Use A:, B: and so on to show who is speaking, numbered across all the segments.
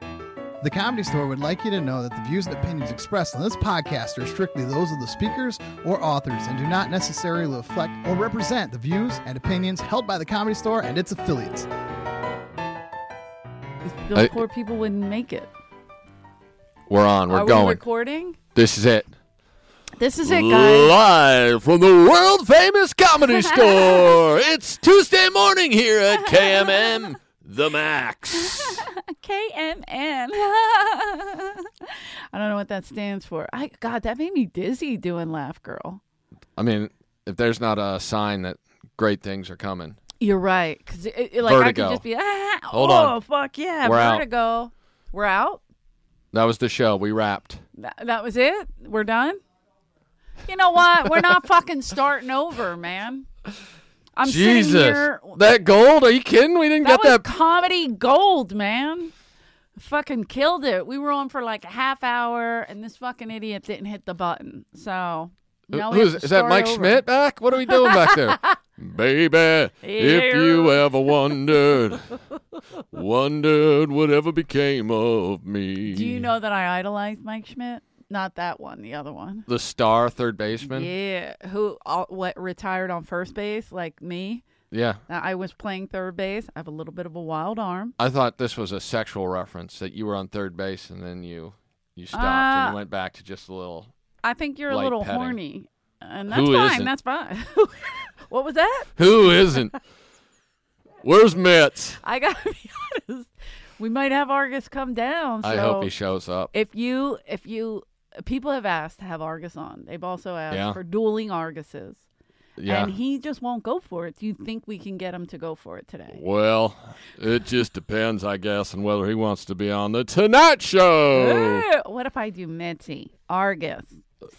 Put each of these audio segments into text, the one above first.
A: The Comedy Store would like you to know that the views and opinions expressed on this podcast are strictly those of the speakers or authors and do not necessarily reflect or represent the views and opinions held by the Comedy Store and its affiliates.
B: Those
C: I-
B: poor people wouldn't make it.
C: We're on. We're
B: Are
C: going.
B: we recording?
C: this is it.
B: This is it, guys.
C: Live from the world famous comedy store. It's Tuesday morning here at KMM The Max.
B: KMN. I don't know what that stands for. I God, that made me dizzy doing Laugh Girl.
C: I mean, if there's not a sign that great things are coming,
B: You're right, because it, it- like I
C: Vertigo.
B: could just be ah,
C: Hold
B: oh
C: on.
B: fuck yeah,
C: We're out.
B: vertigo. We're out.
C: that was the show. We wrapped.
B: That, that was it. We're done. You know what? We're not fucking starting over, man. I'm sitting
C: Jesus.
B: here.
C: That gold? Are you kidding? We didn't
B: That was
C: get that.
B: comedy gold, man. Fucking killed it. We were on for like a half hour, and this fucking idiot didn't hit the button. So now we have
C: Who is,
B: to
C: is that
B: start
C: Mike
B: over.
C: Schmidt back? What are we doing back there? Baby, if you ever wondered, wondered whatever became of me.
B: Do you know that I idolized Mike Schmidt? Not that one, the other one.
C: the star third baseman?
B: Yeah, who all, what retired on first base like me?
C: Yeah.
B: Now, I was playing third base. I have a little bit of a wild arm.
C: I thought this was a sexual reference that you were on third base and then you you stopped
B: Uh,
C: and went back to just a little.
B: I think you're a
C: Light
B: little
C: petting.
B: horny, and that's
C: Who
B: fine.
C: isn't?
B: That's fine. what was that?
C: Who isn't? Where's Mitts?
B: I gotta be honest. We might have Argus come down. So
C: I hope he shows up.
B: if you if you people have asked to have Argus on. They've also asked
C: Yeah.
B: for dueling Arguses.
C: Yeah.
B: And he just won't go for it. Do you think we can get him to go for it today?
C: well, it just depends, I guess, on whether he wants to be on the Tonight Show.
B: Eh, What if I do Mitzi? Argus.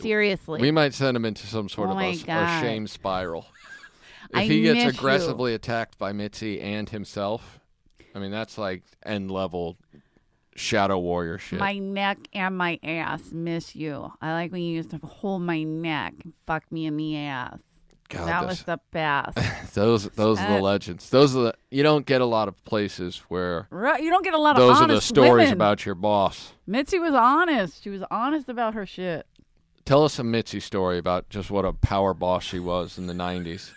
B: Seriously.
C: We might send him into some sort
B: Oh
C: of
B: my
C: a, s- a
B: God.
C: shame spiral. If
B: I
C: he gets
B: miss you.
C: aggressively attacked by Mitzi and himself, I mean that's like end level shadow warrior shit.
B: my neck and my ass miss you. I like when you used to hold my neck and fuck me in the ass.
C: God,
B: that
C: this-
B: was the best.
C: those those are the
B: Uh,
C: legends. Those are the you don't get a lot of places where
B: right? You don't get a lot of
C: those are the
B: honest
C: stories
B: women.
C: about your boss.
B: Mitzi was honest. She was honest about her shit.
C: Tell us a Mitzi story about just what a power boss she was in the '90s,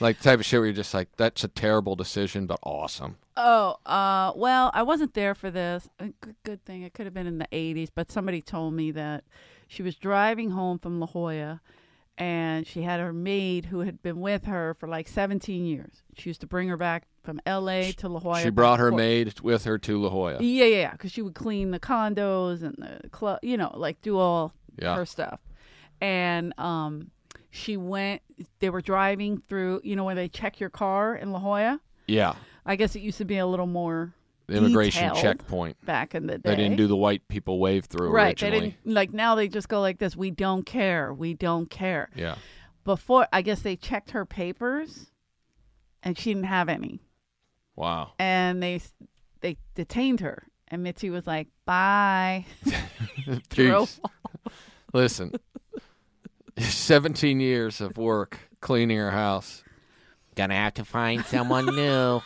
C: like the type of shit where you're just like, that's a terrible decision, but awesome.
B: Oh, uh, well, I wasn't there for this. A good, good thing it could have been in the 80s, but somebody told me that she was driving home from La Jolla and she had her maid who had been with her for like 17 years. She used to bring her back from LA to La Jolla.
C: She brought her
B: for-
C: maid with her to La Jolla.
B: Yeah, yeah, yeah, because she would clean the condos and the club, you know, like do all
C: Yeah.
B: her stuff. And um, she went, they were driving through, you know, where they check your car in La Jolla.
C: Yeah,
B: I guess it used to be a little more
C: the immigration
B: Detailed.
C: checkpoint.
B: back in the day.
C: They didn't do the white people wave through
B: right. They
C: originally.
B: didn't like now. They just go like this. We don't care. We don't care.
C: Yeah,
B: Before, I guess they checked her papers, and she didn't have any,
C: wow.
B: and they they detained her. And Mitzi was like, "Bye." Drew.
C: Peace. Listen, 17 years of work cleaning her house.
D: Gonna have to find someone new.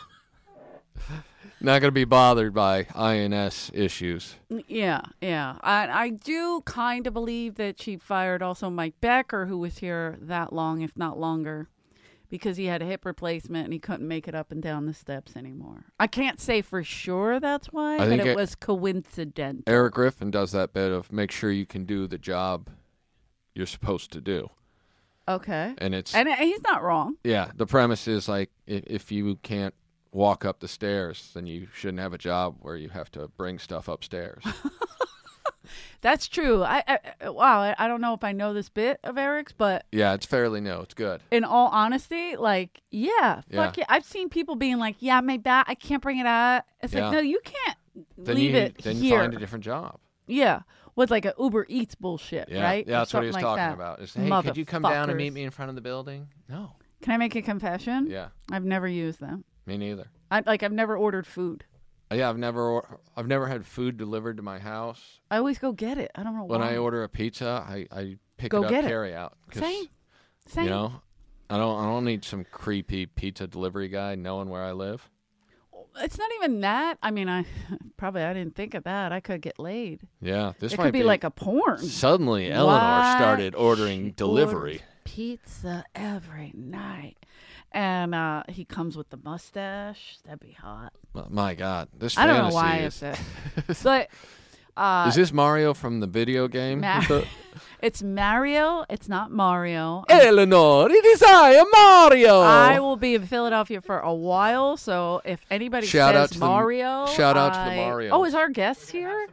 C: Not going to be bothered by INS issues.
B: Yeah, yeah. I I do kind of believe that she fired also Mike Becker, who was here that long, if not longer, because he had a hip replacement and he couldn't make it up and down the steps anymore. I can't say for sure that's why, but
C: think
B: it,
C: it-
B: was coincident.
C: Eric Griffin does that bit of make sure you can do the job you're supposed to do.
B: Okay,
C: And it's,
B: and he's not wrong.
C: yeah, the premise is like i- if you can't walk up the stairs, then you shouldn't have a job where you have to bring stuff upstairs.
B: That's true. I, I I- wow. I, I don't know if I know this bit of Eric's, but
C: yeah, it's fairly new. It's good.
B: in all honesty, like, yeah,
C: Yeah.
B: fuck yeah. I've seen people being like, "Yeah, my back. I can't bring it out." It's
C: Yeah.
B: like, no, you can't
C: Then
B: leave
C: you
B: it
C: then you
B: here.
C: find a different job.
B: Yeah, with like a Uber Eats bullshit,
C: Yeah,
B: right? Or
C: Yeah, that's what he was
B: something like
C: talking
B: that.
C: about. Is, hey, could you come down and meet
B: Motherfuckers.
C: me in front of the building? No.
B: Can I make a confession?
C: Yeah,
B: I've never used them.
C: me neither. Uh,
B: I like I've never ordered food.
C: Yeah, I've never or- I've never had food delivered to my house.
B: I always go get it. I don't know
C: When
B: why.
C: I order a pizza, I, I pick
B: Go
C: it up
B: get it.
C: carry out. 'cause,
B: Same. Same.
C: You know, I don't I don't need some creepy pizza delivery guy knowing where I live.
B: It's not even that. I mean, I probably I didn't think of that. I could get laid.
C: Yeah, this
B: it
C: might
B: could be, like a porn.
C: Suddenly, Eleanor
B: What?
C: started ordering delivery.
B: Orders pizza every night. And uh, he comes with the mustache. That'd be hot.
C: M- My God, this
B: I don't know
C: fantasy
B: why
C: is.
B: it's that. But uh,
C: Is this Mario from the video game?
B: Ma- it's Mario. It's not Mario.
C: Eleanor, it is I, Mario.
B: I will be in Philadelphia for a while, so if anybody
C: Shout
B: says
C: out to the-
B: Mario,
C: shout out to
B: I-
C: the Mario.
B: Oh, is our guest here?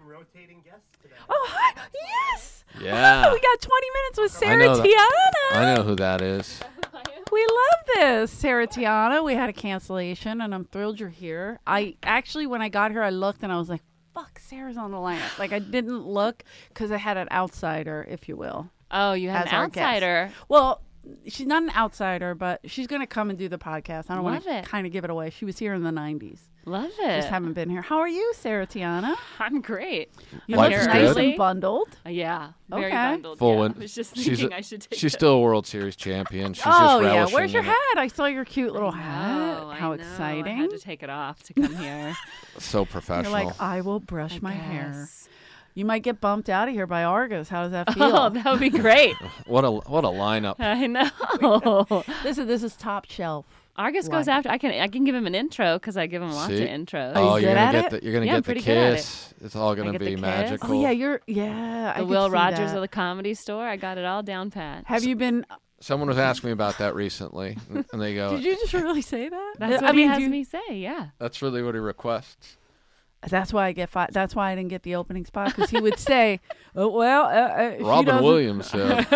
B: Oh, hi! Yes.
C: Yeah.
B: Wow, we got 20 minutes with
C: I
B: Sarah
C: know
B: Tiana.
C: I know who that is.
B: We love this, Sarah Tiana. We had a cancellation, and I'm thrilled you're here. I actually, when I got here, I looked and I was like, "Fuck, Sarah's on the lineup." Like I didn't look because I had an outsider, if you will.
E: Oh, you have
B: as
E: an
B: our guest.
E: outsider.
B: Well, she's not an outsider, but she's going to come and do the podcast. I don't want
E: Love
B: to
E: it.
B: kind of give it away. She was here in the 90s.
E: Love it.
B: Just haven't been here. How are you, Sarah Tiana?
E: I'm great.
B: You
C: Life
B: look
C: is
B: nice
C: good.
B: and bundled.
E: Yeah. Very
B: Okay.
E: bundled.
C: Full
E: yeah.
C: win-
E: I was just
C: she's a-
E: thinking I should take
C: She's
E: that.
C: still a World Series champion. She's
B: oh,
C: just
B: yeah.
C: relishing
B: Where's your
C: in
B: hat? I saw your cute little hat.
E: Oh, I
B: How
E: know.
B: exciting.
E: I had to take it off to come here.
C: it. So
B: You're
C: professional.
E: "Oh."
B: like, I will brush my hair.
E: Yes.
B: You might get bumped out of here by Argos. How does that feel?
E: Oh, that would be great.
C: what a what a lineup.
E: I know.
B: this is this is top shelf.
E: Argus
B: Why?
E: goes after. I can I can give him an intro because I give him lots
C: See?
E: of intros.
C: Oh,
B: you good
C: you're gonna
B: at
C: get
B: it?
C: the you're gonna
E: Yeah, I'm
C: get the
E: pretty good at it.
C: kiss. It's all gonna
E: get the
C: be
E: kiss.
C: magical.
E: Cool.
B: Oh yeah, you're yeah. I
E: the
B: could
E: Will
B: see
E: Rogers
B: that.
E: of the Comedy Store. I got it all down pat.
B: Have you been?
C: Someone was asking me about that recently, and they go,
B: Did you just really say that?
E: That's what
B: I
E: he
B: mean, do
E: has
B: you-
E: me say. Yeah.
C: "That's really what he requests."
B: That's why I get. Fi- that's why I didn't get the opening spot because he would say, oh, "Well, uh, uh, she
C: Robin
B: doesn't-
C: Williams said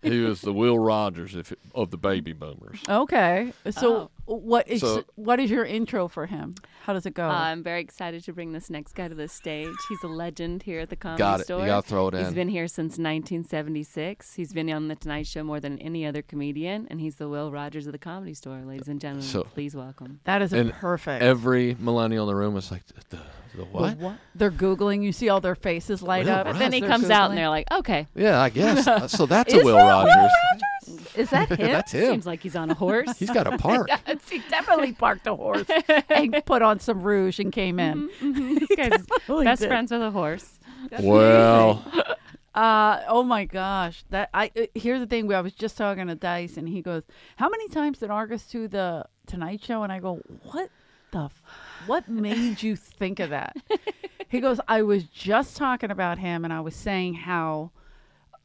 C: he was the Will Rogers if, of the baby boomers.
B: Okay, so what is
C: So-
B: what is your intro for him? How does it go?
E: Uh, I'm very excited to bring this next guy to the stage. He's a legend here at the Comedy
C: Got it. You
E: Store.
C: gotta throw it in.
E: He's been here since 1976. He's been on the Tonight Show more than any other comedian, and he's the Will Rogers of the Comedy Store, ladies and gentlemen.
C: So-
E: please welcome.
B: that is
C: and
B: perfect.
C: Every millennial in the room was like, "The, the
B: The
C: what?"
B: They're googling. You see all their faces light
C: Will
B: up.
C: Rogers.
E: Then he
B: They're
E: comes out, and
B: Googling.
E: they're like, "Okay,
C: Yeah, I guess. Uh, so that's a
B: Is
C: Will
B: that Will
C: Rogers.
B: Is that him?
C: that's him.
E: seems like he's on a horse."
C: He's got a park.
B: he definitely parked a horse and put on some rouge and came in.
E: this guy's
B: Totally
E: best
B: did.
E: friends with a horse.
C: well,
B: Uh, oh my gosh! That I uh, here's the thing. We I was just talking to Dice, and he goes, "How many times did Argus do the Tonight Show?" And I go, "What the? F- what made you think of that?" he goes, "I was just talking about him, and I was saying how."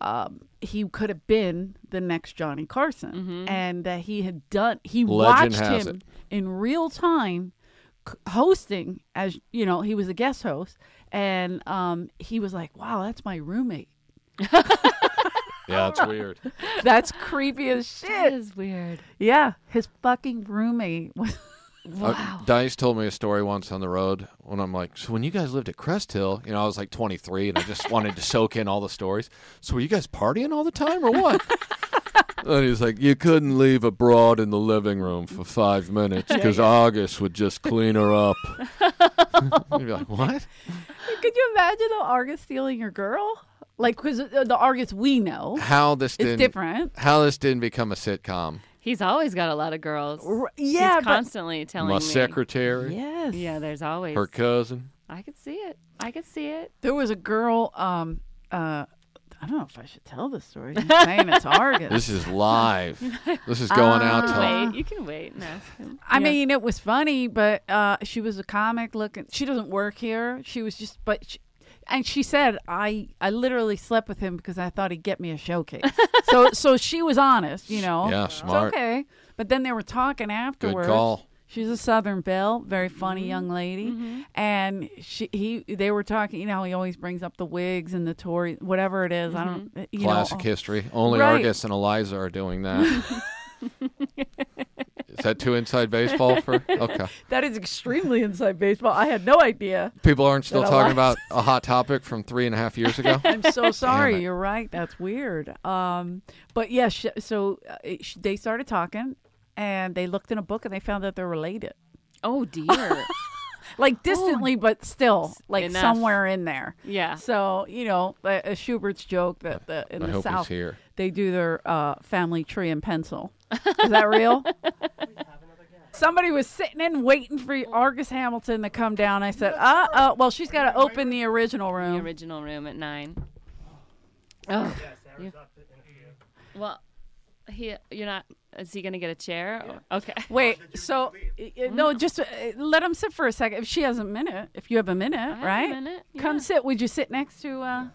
B: Um, he could have been the next Johnny Carson, and that he had done. He
C: Legend
B: watched
C: has
B: him
C: it.
B: in real time c- hosting as you know he was a guest host and um he was like wow that's my roommate
C: yeah, it's weird.
B: that's creepy as
E: That
B: shit
E: is weird.
B: yeah his fucking roommate was
C: Uh, Dice told me a story once on the road when I'm like, so when you guys lived at Crest Hill, you know, I was like 23 and I just wanted to soak in all the stories. So were you guys partying all the time or what? and he's like, you couldn't leave a broad in the living room for five minutes because August would just clean her up. You'd be like, what?
B: could you imagine the argus stealing your girl like because the argus we know
C: How this
B: it's
C: didn't
B: different
C: how this didn't become a sitcom?
E: He's always got a lot of girls.
B: R-
E: He's
B: yeah but
E: constantly telling
C: My
E: me.
C: secretary,
B: yes
E: Yeah, there's always.
C: her cousin.
E: I could see it. I could see it.
B: there was a girl um uh I don't know if I should tell this story. You're saying it's Argus.
C: This is live. This is going out to
B: Ah,
E: Wait, you can wait and ask him.
B: I
E: Yeah.
B: mean, it was funny, but uh, she was a comic looking. She doesn't work here. She was just, but, she, and she said, I, I literally slept with him because I thought he'd get me a showcase. so, so she was honest, you know.
C: Yeah, smart.
B: It's okay. But then they were talking afterwards.
C: call.
B: She's a Southern belle, very funny young lady, and she he they were talking. You know, he always brings up the wigs and the Tory, whatever it is, I don't. You
C: Classic
B: know,
C: history. Only
B: Right.
C: Argus and Eliza are doing that. Is that too inside baseball for? Okay.
B: that is extremely inside baseball. I had no idea.
C: People aren't still
B: That
C: talking
B: Eliza-
C: about a hot topic from three and a half years ago.
B: I'm so
C: it.
B: sorry. You're right. That's weird. Um, but yeah, sh- so uh, it- sh- they started talking, and they looked in a book and they found out they're related,
E: Oh dear.
B: like distantly, but still, like
E: Enough.
B: somewhere in there.
E: yeah.
B: So you know, uh, uh, Schubert's joke that the in
C: I
B: the
C: hope he's
B: South
C: here.
B: they do their uh, family tree in pencil. Is that real? somebody was sitting in waiting for Argus Hamilton to come down. I said, uh oh, well, she's got to open the original
E: the
B: room.
E: original room at nine. Oh, well, he you're not. Is he gonna get a chair? Okay.
B: Wait, so uh,
E: Hmm?
B: no, just uh, let him sit for a second. If she has a minute, if you have a minute,
E: have a
B: right?
E: minute,
B: Come
E: yeah.
B: sit. Would you sit next to uh,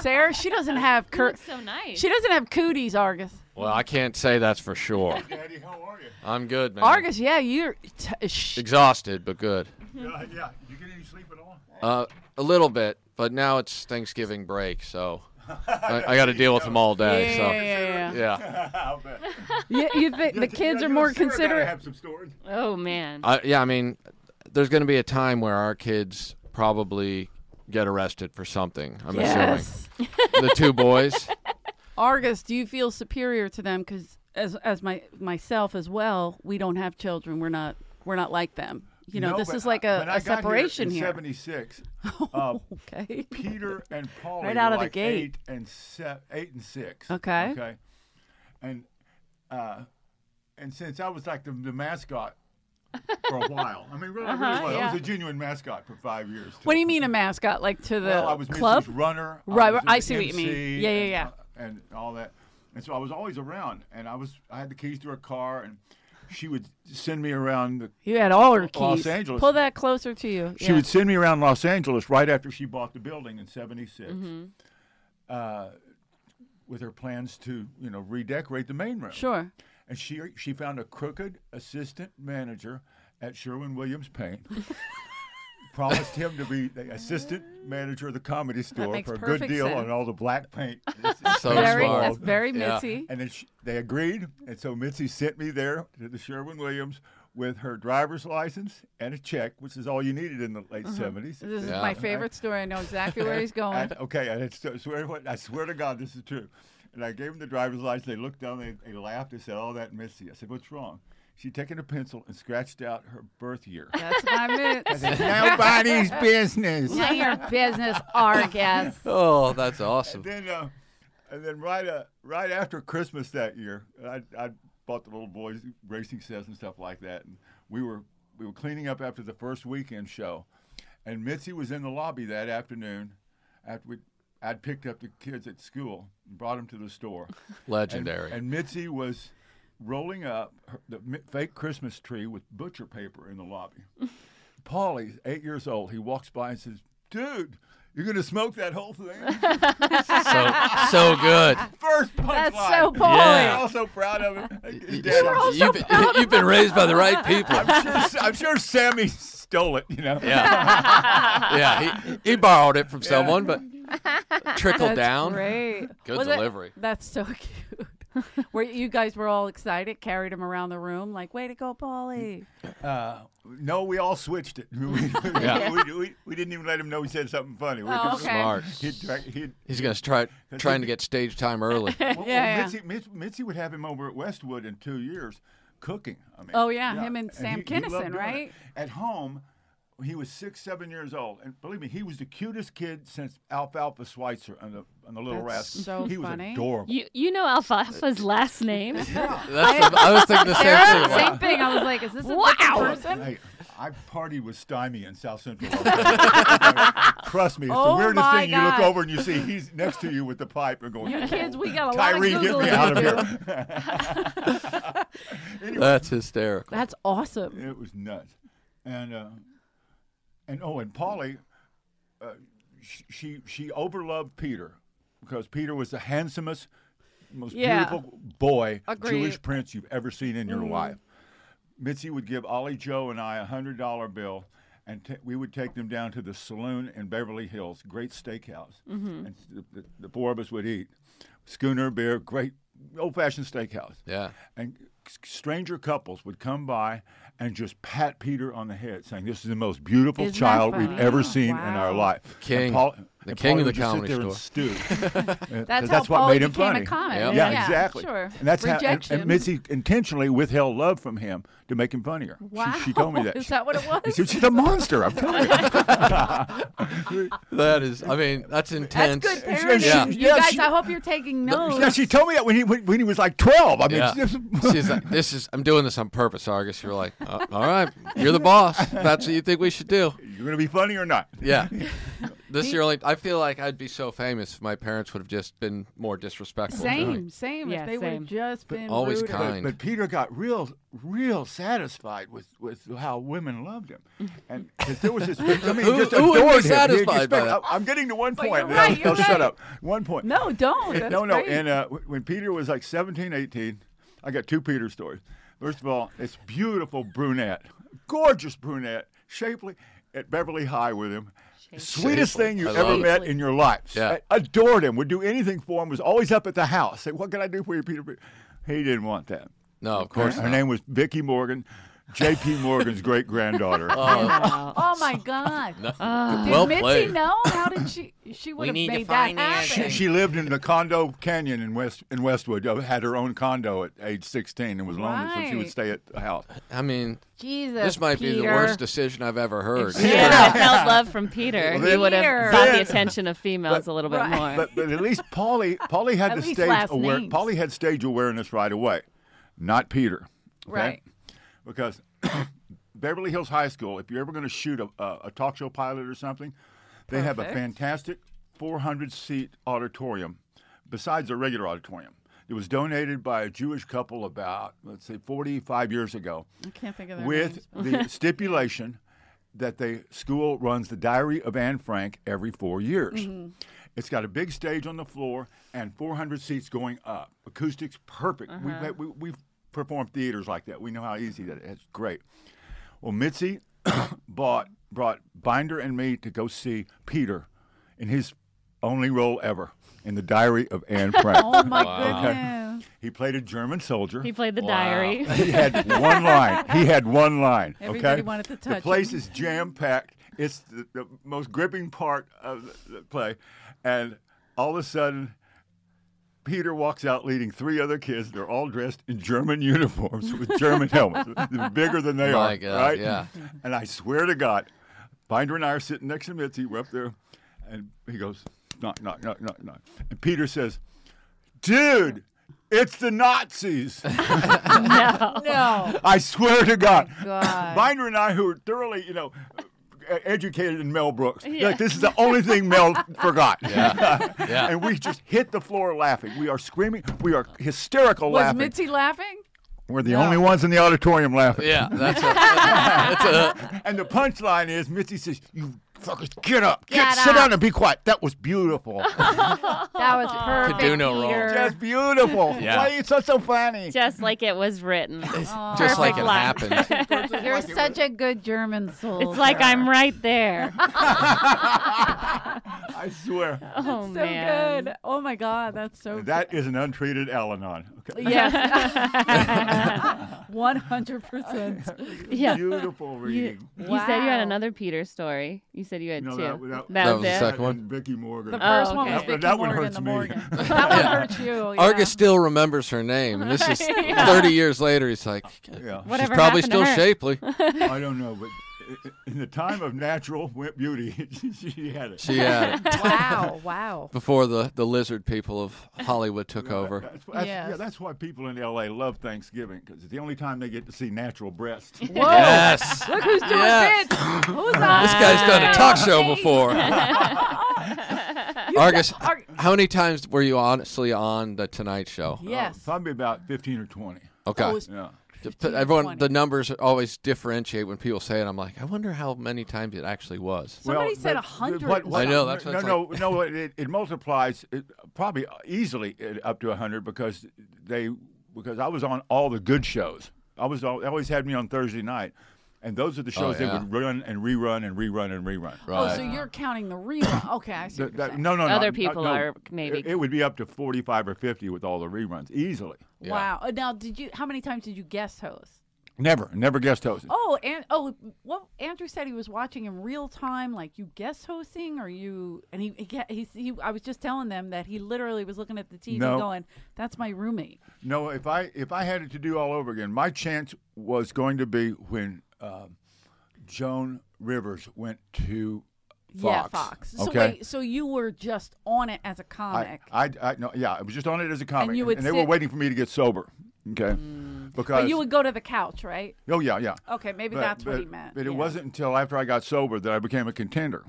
B: Sarah? She doesn't have cur-
E: Looks so nice.
B: she doesn't have cooties, Argus.
C: Well, I can't say that's for sure.
F: Daddy, how are you?
C: I'm good, man.
B: Argus, yeah, you're t- sh-
C: Exhausted, but good.
F: Yeah, Uh, yeah. You get any sleep at all?
C: Uh, a little bit, but now it's Thanksgiving break, so I, I got to deal with them all day.
B: yeah, yeah, yeah.
C: So yeah,
F: I'll bet.
B: You, you think the kids are more
F: I
B: considerate?
F: have some storage.
E: Oh man.
F: Uh,
C: I, yeah. I mean, there's going to be a time where our kids probably get arrested for something. I'm
B: Yes.
C: assuming the two boys.
B: Argus, do you feel superior to them? Because as as my myself as well, we don't have children. We're not we're not like them. You know,
F: No,
B: this
F: but
B: is like
F: I-
B: a,
F: when I
B: a
F: got
B: separation
F: here.
B: here.
F: in 76, uh,
B: Okay.
F: Peter and Paul
B: Right out of the
F: like
B: gate.
F: eight and se- eight and six.
B: Okay.
F: Okay. And uh, and since I was like the, the mascot for a while, I mean, really,
B: Uh-huh,
F: I really was. I was a genuine mascot for five years. too.
B: What do you mean a mascot? Like to the
F: well, I was
B: club?
F: Macy's runner.
B: Right,
F: was
B: I
F: an
B: see what you mean.
F: MC,
B: Yeah, yeah,
F: and,
B: yeah.
F: uh, and all that, and so I was always around, and I was I had the keys to her car, and she would send me around the
B: You had all her keys.
F: Los Angeles.
B: Pull that closer to you.
F: she
B: Yeah.
F: would send me around Los Angeles right after she bought the building in '76,
B: Mm-hmm.
F: uh, with her plans to you know redecorate the main room.
B: Sure.
F: And she she found a crooked assistant manager at Sherwin Williams Paint. promised him to be the assistant manager of the comedy store
B: makes
F: for a good
B: perfect
F: deal
B: sense.
F: on all the black paint.
C: So
B: very,
C: small.
B: That's very
C: Yeah.
B: Mitzi.
F: and then she, they agreed, and so Mitzi sent me there to the Sherwin Williams with her driver's license and a check, which is all you needed in the late 70s.
B: Mm-hmm. This is
C: Yeah.
B: my favorite story. I know exactly where he's going.
F: And- okay, and it's, I swear, to what, I swear to God, this is true. And I gave him the driver's license. They looked down, they, they laughed. They said, "Oh, that Mitzi." I said, "What's wrong?" She'd taken a pencil and scratched out her birth year.
B: That's my Mitz.
F: Nobody's business.
B: None of your business, Argus.
C: Oh, that's
F: And
C: awesome.
F: then, uh, and then right uh, right after Christmas that year, I, I bought the little boys racing sets and stuff like that, and we were we were cleaning up after the first weekend show, and Mitzi was in the lobby that afternoon, after we. I'd picked up the kids at school and brought them to the store. And,
C: Legendary.
F: and Mitzi was rolling up her, the mi- fake Christmas tree with butcher paper in the lobby. Paulie's eight years old. He walks by and says, "Dude, you're gonna smoke that whole thing."
C: so so good.
F: First punchline.
B: That's so Paulie.
C: Yeah.
F: I'm so proud of him. His dad- I'm,
C: you've, been- you've been raised by the right people.
F: sure, I'm sure Sammy stole it. You know.
C: Yeah. yeah, he, he borrowed it from someone, but trickled
B: That's
C: down.
B: Great.
C: Good
B: that-
C: delivery.
B: that's so cute. were you guys were all excited? Carried him around the room, like, "Way to go, Polly!"
F: Uh, no, we all switched it. We, we- we, we, we didn't even let him know he said something funny. We
B: Oh,
F: just-
B: okay.
C: Smart.
F: He'd, drag- he'd,
C: He's gonna try trying to get stage time early.
F: well,
B: yeah.
F: Mitzi, Mitzi, Mitzi would have him over at Westwood in two years cooking. I mean,
B: Oh, yeah, him and Sam
F: he- he loved
B: Kinison,
F: doing it.
B: right?
F: At home, he was six, seven years old, and believe me, he was the cutest kid since Alfalfa Schweitzer on the on the Little
B: That's
F: Rascals.
B: so
F: he
B: funny.
F: was adorable.
E: You you know Alfalfa's last name.
C: That's the, I was thinking the same thing.
B: Same thing. I was like, "Is this a different
E: Wow.
B: person?"
F: Hey, I partied with Stymie in South Central. Los Angeles. Trust me, it's
B: Oh
F: the weirdest
B: my
F: thing. You look
B: God.
F: over and you see he's next to you with the pipe and going,
B: You kids, we got a
F: Tyree,
B: lot of
F: get
B: Google
F: me out of here.
C: That's hysterical.
B: That's awesome.
F: It was nuts. And uh, and oh, and Polly, uh, sh- she she overloved Peter because Peter was the handsomest, most
B: Yeah.
F: beautiful boy, Jewish
B: Agreed. Mm-hmm.
F: prince you've ever seen in your life. Mitzi would give Ollie Joe and I a hundred dollar bill. And ta we would take them down to the saloon in Beverly Hills, great steakhouse,
B: Mm-hmm.
F: and the, the, the four of us would eat schooner beer, great old-fashioned steakhouse
C: Yeah.
F: and s- stranger couples would come by and just pat Peter on the head, saying, "This is the most beautiful
B: Isn't that
F: child we've
B: funny?
F: ever seen in our
B: Wow.
F: life." And
C: King.
F: Paul-
C: The
F: and
C: king of
F: Paulie
C: the
F: would just
C: comedy
F: sit there
C: store.
F: and stew. And-
B: That's
F: 'cause
B: how
F: that's what
B: Paulie
F: made him
B: became
F: funny.
B: a comic.
C: Yeah.
F: Yeah,
B: Yeah,
F: exactly.
B: sure.
F: And that's how. And,
B: Rejection.
F: and Mitzi intentionally withheld love from him to make him funnier.
B: Wow.
F: She, she told me that.
B: Is that what it was?
F: She- she's a monster. I'm telling you.
C: That is, I mean, that's
B: That's
C: intense.
B: good
F: It's-
B: parenting.
C: yeah.
B: You
F: Yeah,
B: guys,
F: she-
B: I hope you're taking notes.
F: Yeah, she told me that when he when, when he was like 12. I mean,
C: Yeah. She's like, this is, I'm doing this on purpose, Argus. You're like, "Uh, all right, you're the boss. That's what you think we should do.
F: you're gonna be funny or not.
C: Yeah. This year, like, I feel like I'd be so famous if my parents would have just been more disrespectful.
B: Same, same.
E: Yeah,
B: if they would have
E: same.
B: just been
C: always
B: rude.
C: kind.
F: But, but Peter got real, real satisfied with, with how women loved him, and 'cause there was this. I mean, he
C: Who-
F: just
C: who would be
F: adored him. He
C: satisfied by
F: expect-
C: that?
F: I, am getting to one
B: But
F: point.
B: you're
F: and
B: right,
F: I'll-
B: you're
F: I'll shut
B: right.
F: up. One point.
B: No, don't. That's
F: no, no.
B: great.
F: And uh, w- when Peter was like 17, 18, I got two Peter stories. First of all, this beautiful brunette, gorgeous brunette, shapely, at Beverly High with him. Sweetest
C: Shapely.
F: thing you
C: I
F: ever
C: love it.
F: met in your life.
C: Yeah.
F: I adored him. Would do anything for him. Was always up at the house. Say, what can I do for you, Peter? He didn't want that.
C: No, of
F: Her-
C: course
F: her,
C: not.
F: name was Vicky Morgan, J.P. Morgan's great granddaughter. uh,
E: Wow.
B: Oh my God! Uh, Did
C: well
B: Mitzi
C: played.
B: know? How did she? She would
D: We
B: have
D: need to
B: made that
D: find Nancy.
B: happen.
F: She, she lived in the condo canyon in West in Westwood. uh, Had her own condo at age sixteen and was lonely, so she would
B: Right.
F: stay at the house.
C: I mean,
B: Jesus,
C: this might be the
B: Peter.
C: worst decision I've ever heard.
E: If she had not felt love from Peter,
F: Well,
E: he would
B: Peter.
E: have sought
F: Then-
E: the attention of females a little bit
B: Right.
E: more.
F: But, but at least Polly Polly had
B: At
F: the
B: least
F: stage
B: last
F: aware.
B: names.
F: Polly had stage awareness right away, not Peter. okay?
B: Right.
F: Because Beverly Hills High School, if you're ever going to shoot a, a, a talk show pilot or something, they have a
B: Perfect.
F: fantastic 400 seat auditorium besides their regular auditorium. It was donated by a Jewish couple about let's say 45 years ago.
B: I can't think of their
F: with the stipulation that the school runs the Diary of Anne Frank every four years.
B: Mm-hmm.
F: It's got a big stage on the floor and 400 seats going up. Acoustics perfect.
B: Uh-huh.
F: We, we, we've performed theaters like that. We know how easy that is. It's great. Well, Mitzi bought, brought Binder and me to go see Peter in his only role ever in the Diary of Anne Frank.
B: Oh my
C: Wow.
B: goodness!
F: He played a German soldier.
E: he played the
C: Wow.
E: diary.
F: He had one line. He had one line.
B: Everybody
F: okay?
B: wanted to
F: The
B: touch
F: place
B: him.
F: is jam packed. It's the, the most gripping part of the, the play, and all of a sudden, Peter walks out leading three other kids. They're all dressed in German uniforms with German helmets. They're bigger than they
C: My
F: are,
C: God,
F: right?
C: yeah.
F: And I swear to God, Binder and I are sitting next to Mitzi. We're up there, and he goes, knock, knock, knock, knock, knock. And Peter says, "Dude, it's the Nazis."
B: No,
F: I swear to God.
B: Oh, God.
F: Binder and I, who are thoroughly, you know, e- educated in Mel Brooks, like this is the only thing Mel forgot.
C: Yeah.
F: and we just hit the floor laughing. We are screaming. We are hysterical
B: was
F: laughing.
B: Mitzi laughing?
F: We're the only ones in the auditorium laughing.
C: Yeah, that's a, that's a
F: And the punchline is Mitzi says, "You fuckers, get up,
B: Get
F: get, sit
B: up."
F: down and be quiet." That was beautiful.
B: That was perfect.
C: do no wrong.
B: Peter.
F: That's beautiful.
C: Yeah.
F: Why are you so so funny?
E: Just like it was written. It's
C: just like it
E: line.
C: happened.
B: You're Oh. such a good German soul.
E: like I'm right there.
F: I swear.
E: Oh
B: So
E: man.
B: good. Oh my God, that's so.
F: That is an untreated Al-Anon. Okay.
B: Yes, one hundred percent.
E: Yeah.
F: Beautiful reading.
E: You said you had
B: Wow.
E: another Peter story. You said you had
F: No,
E: two.
F: that- that-
C: That
E: was,
C: was the
E: it.
C: second one.
F: And Vicky Morgan.
B: The
E: Oh,
B: first one was
E: okay.
B: Vicky
F: That one
B: Morgan,
F: hurts
B: the
F: me.
B: Morgan. That one
C: Yeah.
B: hurts you.
E: Oh,
B: yeah.
C: Argus still remembers her name, and this is 30 years later. He's like,
F: Yeah.
E: Whatever
C: she's probably
E: happened to
C: still
E: her?
C: shapely.
F: I don't know, but i- i- in the time of natural wi- beauty, she had it.
C: She had it
B: Wow! Wow!
C: before the, the lizard people of Hollywood took over.
F: That's, that's, Yeah,
B: Yes.
F: that's why people in LA love Thanksgiving because it's the only time they get to see natural breasts.
B: Whoa!
C: Yes.
B: Look who's doing
C: Yes.
B: it. Who's
C: This
B: on?
C: guy's done a talk show
B: Hey.
C: before. Argus,
B: Ar-
C: how many times were you honestly on the Tonight Show?
B: Yes.
F: Probably about 15 or 20.
C: Okay.
B: Oh, it's
F: Yeah.
C: The-
B: 15,
C: Everyone,
B: 20.
C: the numbers always differentiate when people say it. I'm like, I wonder how many times it actually was.
B: Somebody said
F: the-
B: 100
F: the- what-
B: or
F: what-
C: I know, that's
F: no,
C: what it's
F: no, no. It, it multiplies it, probably easily uh, up to hundred because they because I was on all the good shows. I was al- they always had me on Thursday night, and those are the shows
C: Oh, yeah.
F: they would run and rerun and rerun and rerun.
B: Oh, so you're counting the rerun? Okay, I see.
F: Th-
B: What you're
F: that-
B: saying.
F: no, no, no.
E: Other
F: uh,
E: people
F: no.
E: are maybe-
F: It, it would be up to forty-five or fifty with all the reruns easily.
C: Yeah.
B: Wow. Uh, Now, did you? How many times did you guest host?
F: Never, never guest hosted.
B: Oh, and oh, well, Andrew said he was watching in real time, like you guest hosting or you. And he, he, ca- he, he I was just telling them that he literally was looking at the TV,
F: No.
B: going, "That's my roommate."
F: No, if I if I had it to do all over again, my chance was going to be when um, Joan Rivers went to Fox.
B: Yeah, Fox. So
F: okay.
B: wait, so you were just on it as a comic.
F: I, I, I no, yeah, I was just on it as a comic,
B: you would
F: they were
B: sit- Mm.
F: waiting for me to get sober. Okay, because
B: but you would go to the couch, right?
F: oh yeah, yeah.
B: Okay, maybe
F: But-
B: that's what
F: but-
B: he meant.
F: But it
B: Yeah.
F: wasn't until after I got sober that I became a contender.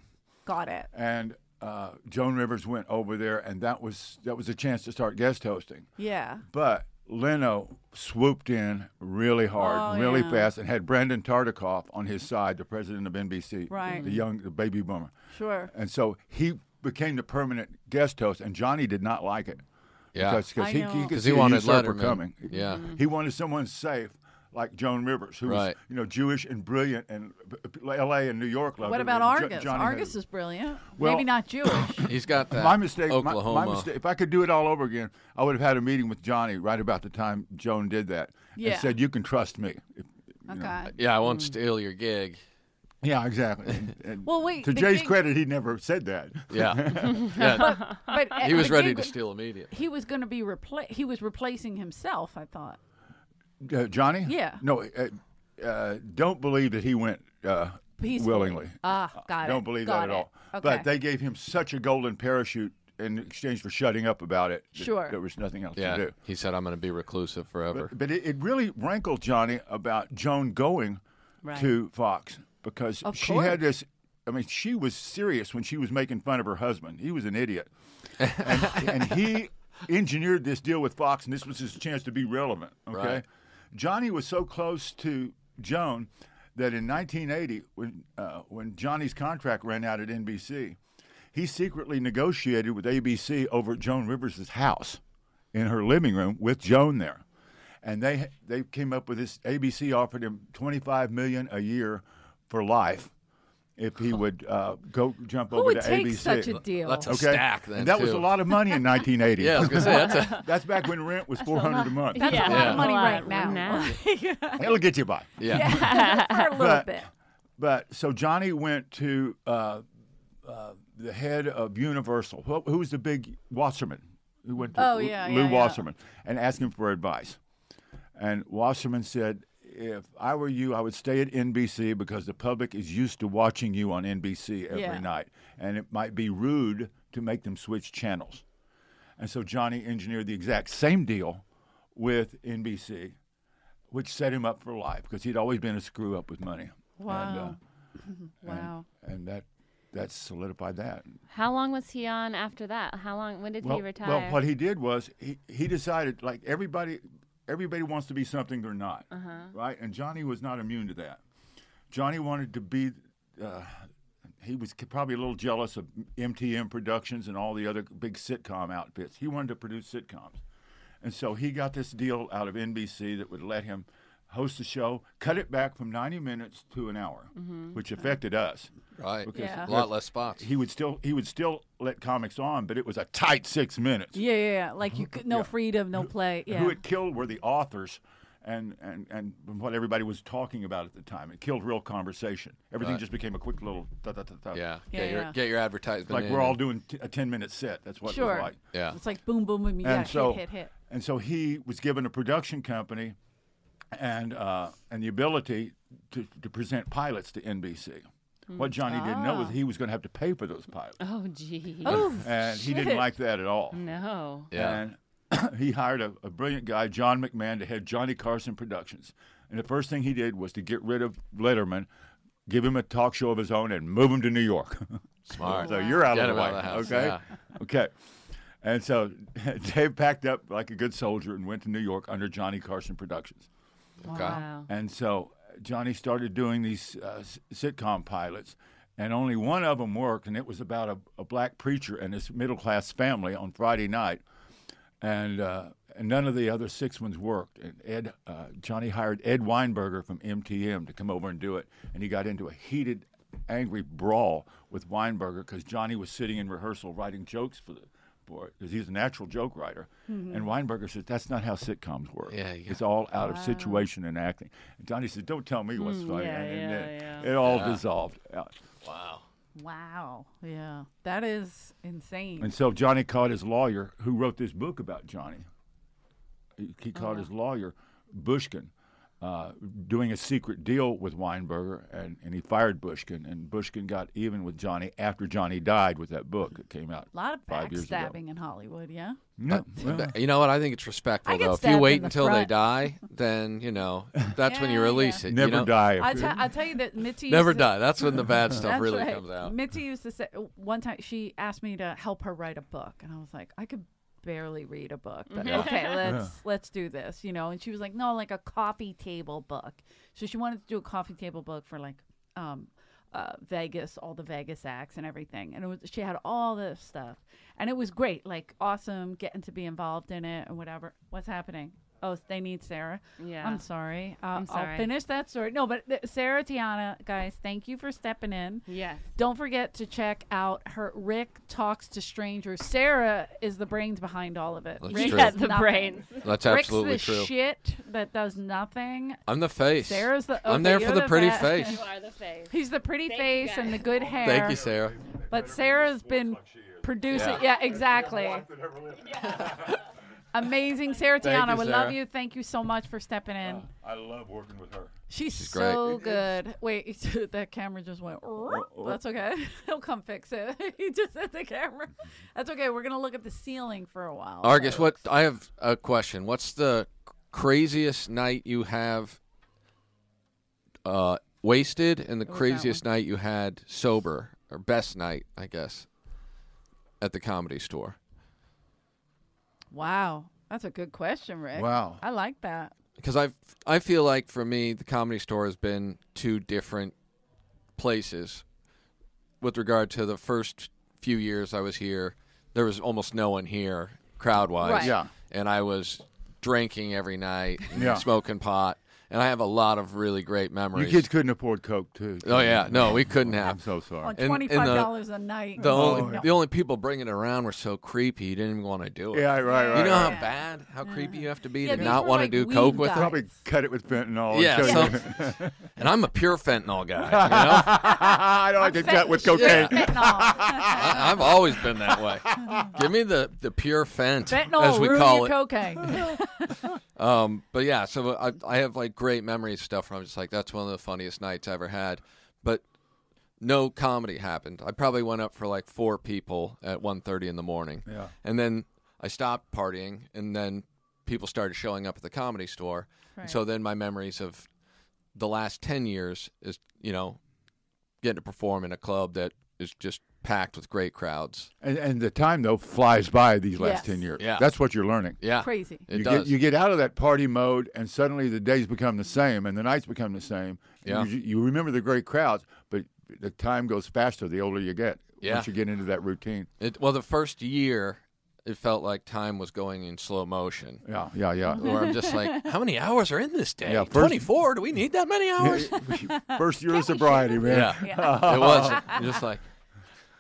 B: Got it.
F: and uh, Joan Rivers went over there, and that was that was a chance to start guest hosting.
B: Yeah.
F: But Leno swooped in really hard,
B: Oh,
F: really
B: yeah.
F: fast, and had Brandon Tartikoff on his side, the president of NBC,
B: Right.
F: the young, the baby boomer,
B: Sure.
F: and so he became the permanent guest host, and Johnny did not like it.
C: Yeah.
F: because 'cause
B: I
F: he,
B: know. Mm-hmm.
F: he could
C: 'Cause
F: see
C: he wanted
F: the usurper
C: Letterman.
F: coming.
C: Yeah.
F: he wanted someone safe. Like Joan Rivers, who was
C: Right.
F: you know Jewish and brilliant, and L.A. and New York loved
B: What
F: her,
B: about
F: and Uh, Jo-
B: Argus?
F: Johnny had-
B: Argus is brilliant.
F: Well-
B: maybe not Jewish.
C: He's got that.
F: my mistake. my-
C: Oklahoma.
F: My, mistake. If I could do it all over again, I would have had a meeting with Johnny right about the time Joan did that.
B: Yeah.
F: And said, "You can trust me." If- you know.
B: okay.
C: Yeah, I
F: Hmm.
C: won't steal your gig.
F: Yeah, exactly. And, and
B: Well, wait,
F: To
B: the
F: Jay's
B: gig-
F: credit, he never said that.
C: Yeah. yeah.
B: But
C: He was
B: the
C: ready
B: gig-
C: to steal immediately.
B: He was going to be repla- He was replacing himself. I thought.
F: Uh, Johnny.
B: Yeah.
F: No. Uh, uh, don't believe that he went uh,
B: Peacefully.
F: willingly.
B: Ah, got it.
F: don't believe
B: Got
F: that at
B: it.
F: all.
B: Okay.
F: But they gave him such a golden parachute in exchange for shutting up about it. that
B: Sure.
F: There was nothing else to
C: Yeah.
F: do.
C: He said, I'm going to be reclusive forever.
F: But it, it really rankled Johnny about Joan going
E: Right.
F: to Fox because
B: Of
F: she
B: course.
F: had this. I mean, she was serious when she was making fun of her husband. He was an idiot, and, and he engineered this deal with Fox, and this was his chance to be relevant. Okay,
C: Right.
F: Johnny was so close to Joan that in 1980, when uh, when Johnny's contract ran out at NBC, he secretly negotiated with ABC over at Joan Rivers' house in her living room with Joan there. And they they came up with this ABC offered him 25 million a year for life if he would uh, go jump
B: Who
F: over
B: would
F: to
B: take
F: ABC.
B: such a deal?
C: That's a
F: Okay.
C: stack then.
F: and that was
C: too.
F: a lot of money in 1980.
C: Yeah, I was going to say, that's a.
F: That's back when rent was 400 a month.
B: That's
E: Yeah.
B: a lot
C: Yeah.
B: of money
E: A lot
B: right now.
E: now.
F: It'll get you by.
C: Yeah.
B: For a little
F: But-
B: bit.
F: But so Johnny went to uh, uh, the head of Universal. Who, who was the big Wasserman? Who went to
B: Oh,
F: L-
B: yeah,
F: Lou
B: yeah, yeah.
F: Wasserman and asked him for advice. And Wasserman said, "If I were you, I would stay at NBC because the public is used to watching you on NBC every
B: Yeah.
F: night, and it might be rude to make them switch channels." And so Johnny engineered the exact same deal with NBC, which set him up for life because he'd always been a screw up with money. And, uh,
B: Wow. wow.
F: and that that solidified that.
E: How long was he on after that? How long? When did
F: well,
E: he retire?
F: well, what he did was he, he decided like everybody everybody wants to be something they're not, right? And Johnny was not immune to that. Johnny wanted to be. Uh, he was c- probably a little jealous of MTM Productions and all the other big sitcom outfits. He wanted to produce sitcoms, and so he got this deal out of NBC that would let him host the show, cut it back from ninety minutes to an hour, which affected us.
C: Right.
B: Yeah.
C: A lot less spots.
F: he would still he would still let comics on, but it was a tight six minutes.
B: Yeah, yeah, yeah. Like you could no freedom, no play. Yeah.
F: Who it killed were the authors, and and and what everybody was talking about at the time. It killed real conversation. Everything
C: Right.
F: just became a quick little. Da, da, da, da.
C: Yeah.
B: Yeah,
C: Get,
B: yeah.
C: Your, get your advertisement.
F: It's like
C: in
F: we're all
C: and-
F: doing t- a ten minute set. That's what it
B: Sure.
F: was like.
C: Yeah.
B: It's like boom, boom, boom. You
F: And
B: got
F: so
B: hit, hit, hit.
F: and so he was given a production company, and uh, and the ability to, to present pilots to NBC.
B: Mm.
F: What Johnny didn't know
B: Ah.
F: was he was going to have to pay for those pilots,
E: oh, gee.
B: Oh,
F: and he didn't
B: shit.
F: like that at all.
E: no.
C: Yeah.
F: And he hired a, a brilliant guy, John McMahon, to head Johnny Carson Productions. And the first thing he did was to get rid of Letterman, give him a talk show of his own, and move him to New York.
C: Smart.
F: so you're out
C: Get
F: of
C: him
F: the way.
C: out of the house,
F: okay.
C: yeah.
F: Okay. And so Dave packed up like a good soldier and went to New York under Johnny Carson Productions.
C: Okay.
E: Wow.
F: And so Johnny started doing these uh, s- sitcom pilots, and only one of them worked, and it was about a, a black preacher and his middle class family on Friday night. And, uh, and none of the other six ones worked. And Ed, uh, Johnny hired Ed Weinberger from MTM to come over and do it. And he got into a heated, angry brawl with Weinberger because Johnny was sitting in rehearsal writing jokes for the, for it because he's a natural joke writer.
E: Mm-hmm.
F: And Weinberger says that's not how sitcoms work.
C: Yeah, yeah.
F: It's all out of situation and acting. And Donnie says, "Don't tell me what's funny."
E: Ah. Hmm, yeah,
F: and then
E: yeah,
F: It all dissolved Uh, out.
C: Wow.
B: Wow. Yeah. That is insane.
F: And so Johnny called his lawyer, who wrote this book about Johnny. He he called his lawyer, Bushkin, uh, doing a secret deal with Weinberger, and, and he fired Bushkin. And Bushkin got even with Johnny after Johnny died with that book that came out
B: a lot of
F: five years ago.
B: backstabbing in Hollywood, yeah?
F: No, well,
C: Th- You know what? I think it's respectful
B: I get
C: though. If you
B: stabbed
C: wait
B: in the
C: until they
B: front.
C: die, then you know that's when you
B: Yeah,
C: release it. you
F: never
C: know?
F: die.
B: I, t- I tell you that Mitzi.
C: Never
B: used to-
C: die. That's when the bad stuff
B: That's
C: really
B: right.
C: comes out.
B: Mitzi used to say one time she asked me to help her write a book, and I was like, I could barely read a book, but
C: Yeah.
B: okay, let's let's do this, you know. And she was like, No, like a coffee table book. So she wanted to do a coffee table book for like um, uh, Vegas, all the Vegas acts and everything. And it was she had all this stuff, and it was great, like awesome, getting to be involved in it and whatever. What's happening? Oh, they need Sarah.
E: Yeah.
B: I'm sorry. Uh, I'll
E: sorry.
B: finish that story. No, but th- Sarah Tiana, guys, thank you for stepping in.
E: Yes.
B: Don't forget to check out her Rick Talks to Strangers. Sarah is the brains behind all of it.
C: That's
B: Rick
C: true.
B: has
E: Yeah, the
B: nothing.
E: brains.
B: Rick's
C: That's absolutely
B: the
C: true.
B: shit that does nothing.
C: I'm the face.
B: Sarah's the.
C: I'm
B: okay,
C: there for
B: you're
C: the, pretty
B: best.
C: face.
E: are the face.
B: He's the pretty
E: Thank you,
B: face and the
E: guys.
B: good hair.
C: Thank you, Sarah.
B: But Sarah's been producing. Yeah, exactly. Amazing, Sarah
C: Thank
B: Tiana.
C: you,
B: We
C: Sarah.
B: love you. Thank you so much for stepping in.
F: I love working with her.
B: She's,
C: great.
B: so good. Wait, that camera just went. That's okay. He'll come fix it. he just hit the camera. That's okay. We're gonna look at the ceiling for a while.
C: Argus, what I have a question. What's the craziest night you have uh, wasted, and the craziest night you had sober, or best night, I guess, at the comedy store?
B: Wow, that's a good question, Rick.
F: Wow.
B: I like that.
C: because I I feel like for me the comedy store has been two different places with regard to the first few years I was here there was almost no one here crowd wise
B: Right.
F: Yeah.
C: and I was drinking every night and
F: Yeah.
C: smoking pot and I have a lot of really great
F: You
C: memories
F: kids couldn't afford Coke, too.
C: oh yeah no we couldn't
F: I'm
C: have
F: so
B: On
F: sorry.
C: And- and
B: twenty
C: the-
B: five dollars a night.
C: the
B: Oh,
C: only,
B: no.
C: the only people bringing it around were so creepy you didn't even want to do it
F: Yeah, right, right.
C: you know
F: right.
C: how
B: Yeah.
C: bad how creepy you have to be
B: Yeah,
C: to
B: these
C: not
B: were
C: want
B: like
C: to do
B: weed
C: coke with it
B: guys.
F: Probably cut it with fentanyl. and
C: Yeah,
F: kill
C: so-
F: you.
C: and I'm a pure fentanyl guy. You know?
F: I don't like to cut with cocaine.
B: Fentanyl.
C: I, I've always been that way. Give me the, the pure fent,
B: Fentanyl
C: as we
B: ruin
C: call
B: your
C: it.
B: cocaine.
C: Um, but yeah, so I, I have like great memories of stuff where I'm just like, that's one of the funniest nights I ever had. But no comedy happened. I probably went up for like four people at 1.30 in the morning.
F: Yeah.
C: And then I stopped partying, and then people started showing up at the comedy store. And so then my memories of the last 10 years is, you know, getting to perform in a club that is just packed with great crowds.
F: And, and the time though flies by these last
B: Yes.
F: ten years.
C: Yeah.
F: That's what you're learning.
C: Yeah.
B: Crazy.
C: It
F: you
C: does.
F: get you get out of that party mode, and suddenly the days become the same, and the nights become the same.
C: Yeah.
F: You, you remember the great crowds, but the time goes faster the older you get.
C: Yeah.
F: Once you get into that routine.
C: It, well, the first year, it felt like time was going in slow motion.
F: Yeah, yeah, yeah.
B: Mm-hmm.
C: Where I'm just like, how many hours are in this day?
F: Yeah, first-
C: 24? Do we need that many hours?
F: First year of sobriety, man.
C: yeah. it was. I'm just like,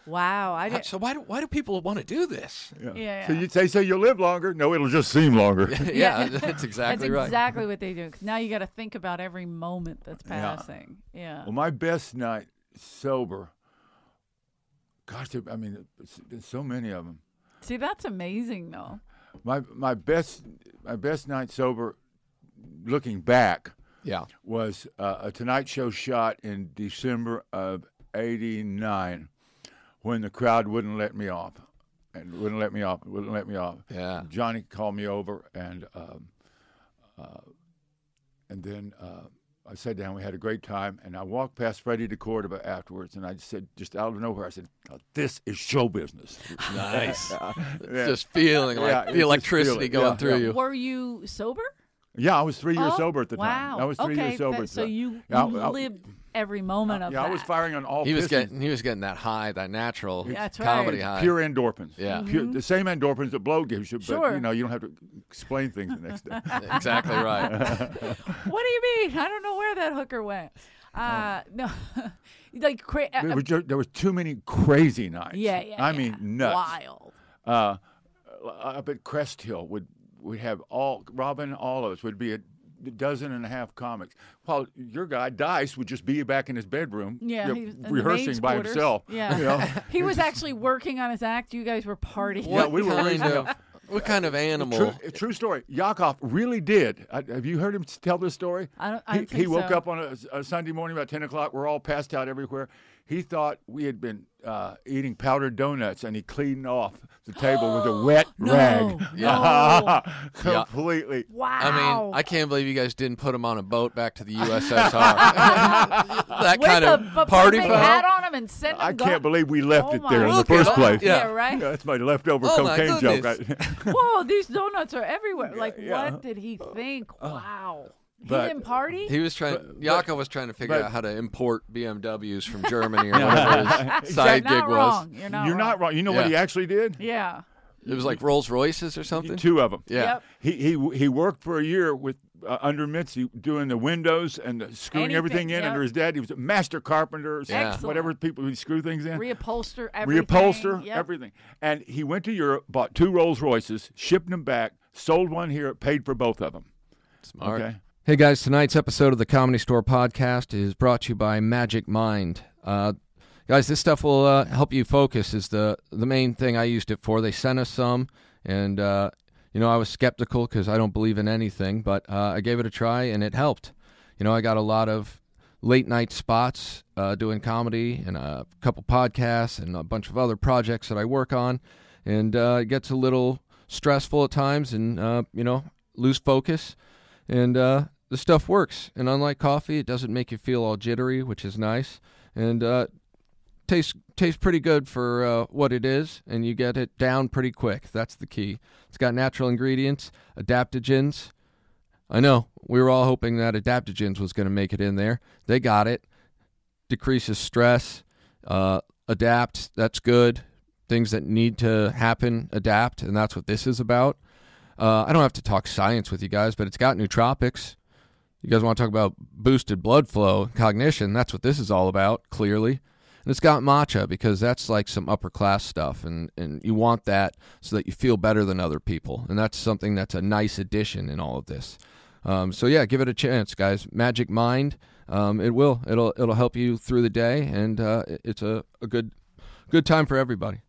B: Wow, I didn't.
C: so why do, why do people want to do this?
F: Yeah.
B: Yeah,
F: So
B: yeah.
F: you say so you'll live longer. No, it'll just seem longer.
C: yeah, that's exactly
B: that's
C: right.
B: exactly what they do. 'cause now you got to think about every moment that's passing. Yeah.
F: Well, my best night sober. Gosh, I mean, it's, it's so many of them.
B: See, that's amazing, though.
F: My my best my best night sober, looking back,
C: yeah.
F: was uh, a Tonight Show shot in December of '89, when the crowd wouldn't let me off, and wouldn't let me off, wouldn't let me off.
C: Yeah.
F: Johnny called me over, and um, uh, and then uh, I sat down. We had a great time, and I walked past Freddie DeCordova afterwards, and I just said, just out of nowhere, I said, "Now "This is show business."
C: Nice.
F: Yeah.
C: Just feeling
F: Yeah,
C: like
F: you just
C: the electricity
F: feel it.
C: going
F: Yeah,
C: through
F: yeah.
C: you.
B: Were you sober?
F: yeah, I was three years
B: Oh,
F: sober at the
B: wow.
F: time. I was three
B: okay,
F: years sober.
B: but-
F: at the
B: So
F: time.
B: you,
F: Yeah,
B: you
F: I- I-
B: lived every moment of
F: yeah,
B: that.
F: I was firing on all.
C: He was
F: pistons.
C: getting he was getting that high, that natural
B: That's right. Mm-hmm.
C: comedy high.
F: pure endorphins.
C: Yeah.
F: Pure- the same endorphins that blow gives you, but
B: Sure.
F: you know you don't have to explain things the next day.
C: Exactly right.
B: What do you mean? I don't know where that hooker went.
F: Oh.
B: Uh, no, like cra-
F: There
B: uh,
F: were, ju- there were too many crazy nights.
B: yeah, yeah.
F: I
B: yeah.
F: mean, nuts.
B: Wild.
F: Uh, up at Crest Hill would would have all Robin Olives would be a dozen and a half comics. While your guy Dice would just be back in his bedroom,
B: Yeah,
F: you
B: he
F: know,
B: was in the maid's
F: rehearsing by
B: quarters.
F: himself.
B: Yeah.
F: you know?
B: He was actually working on his act. You guys were partying.
F: Yeah, we were
C: kind
F: raising
C: of,
F: up-
C: what kind of
F: True,
C: animal?
F: uh, true story. Yakov really did. I, have you heard him s- tell this story?
B: I don't- I
F: he,
B: think
F: he woke
B: so.
F: up on a, s- a Sunday morning about ten o'clock. We're all passed out everywhere. He thought we had been uh, eating powdered donuts, and he cleaned off the table with a wet
B: No,
F: rag.
B: no.
F: completely.
B: Wow.
C: I mean, I can't believe you guys didn't put him on a boat back to the USSR. that kind of
B: a,
C: party
B: big
C: foul.
B: hat on him and sent him.
F: I
B: go-
F: can't believe we left
B: Oh
F: it there
B: my
F: in the
C: Look
F: first
C: at
F: place.
C: that. Yeah.
B: right.
F: That's my leftover
C: Oh, my
F: cocaine joke.
C: goodness.
F: I-
B: Whoa, these donuts are everywhere. Like,
F: yeah. Uh,
B: what did he think? Wow. He
F: But-
B: didn't party?
C: He was trying. Yaka was trying to figure
F: but-
C: out how to import BMWs from Germany or whatever his
B: You're
C: side
B: not
C: gig was.
B: wrong. You're not
F: You're
B: wrong.
F: not wrong. You know what
C: Yeah.
F: he actually did?
B: Yeah.
C: It was like Rolls Royces or something.
F: Two of them.
C: Yeah.
B: Yep.
F: He he he worked for a year with uh, under Mitzi doing the windows and the, screwing
B: Anything,
F: everything in
B: yep.
F: under his dad. He was a master carpenter, s-
C: Yeah.
F: whatever people who screw things in.
B: Reupholster everything.
F: Reupholster
B: Yep.
F: everything. And he went to Europe, bought two Rolls Royces, shipped them back, sold one here, paid for both of them.
C: Smart.
F: Okay.
C: Hey guys, tonight's episode of the Comedy Store podcast is brought to you by Magic Mind. Uh, guys, this stuff will uh, help you focus. Is the the main thing I used it for. They sent us some, and uh, you know I was skeptical because I don't believe in anything, but uh, I gave it a try and it helped. You know I got a lot of late night spots uh, doing comedy and a couple podcasts and a bunch of other projects that I work on, and uh, it gets a little stressful at times, and uh, you know lose focus and uh, the stuff works. And unlike coffee, it doesn't make you feel all jittery, which is nice, and uh, tastes tastes pretty good for uh, what it is. And you get it down pretty quick. That's the key. It's got natural ingredients, adaptogens. I know we were all hoping that adaptogens was going to make it in there. They got it. Decreases stress. Uh, adapt. That's good. Things that need to happen adapt, and that's what this is about. Uh, I don't have to talk science with you guys, but it's got nootropics. You guys want to talk about boosted blood flow, cognition? That's what this is all about, clearly. And it's got matcha because that's like some upper class stuff, and, and you want that so that you feel better than other people. And that's something that's a nice addition in all of this. Um, so yeah, give it a chance, guys. Magic Mind, um, it will. It'll it'll help you through the day, and uh, it- it's a, a good good time for everybody.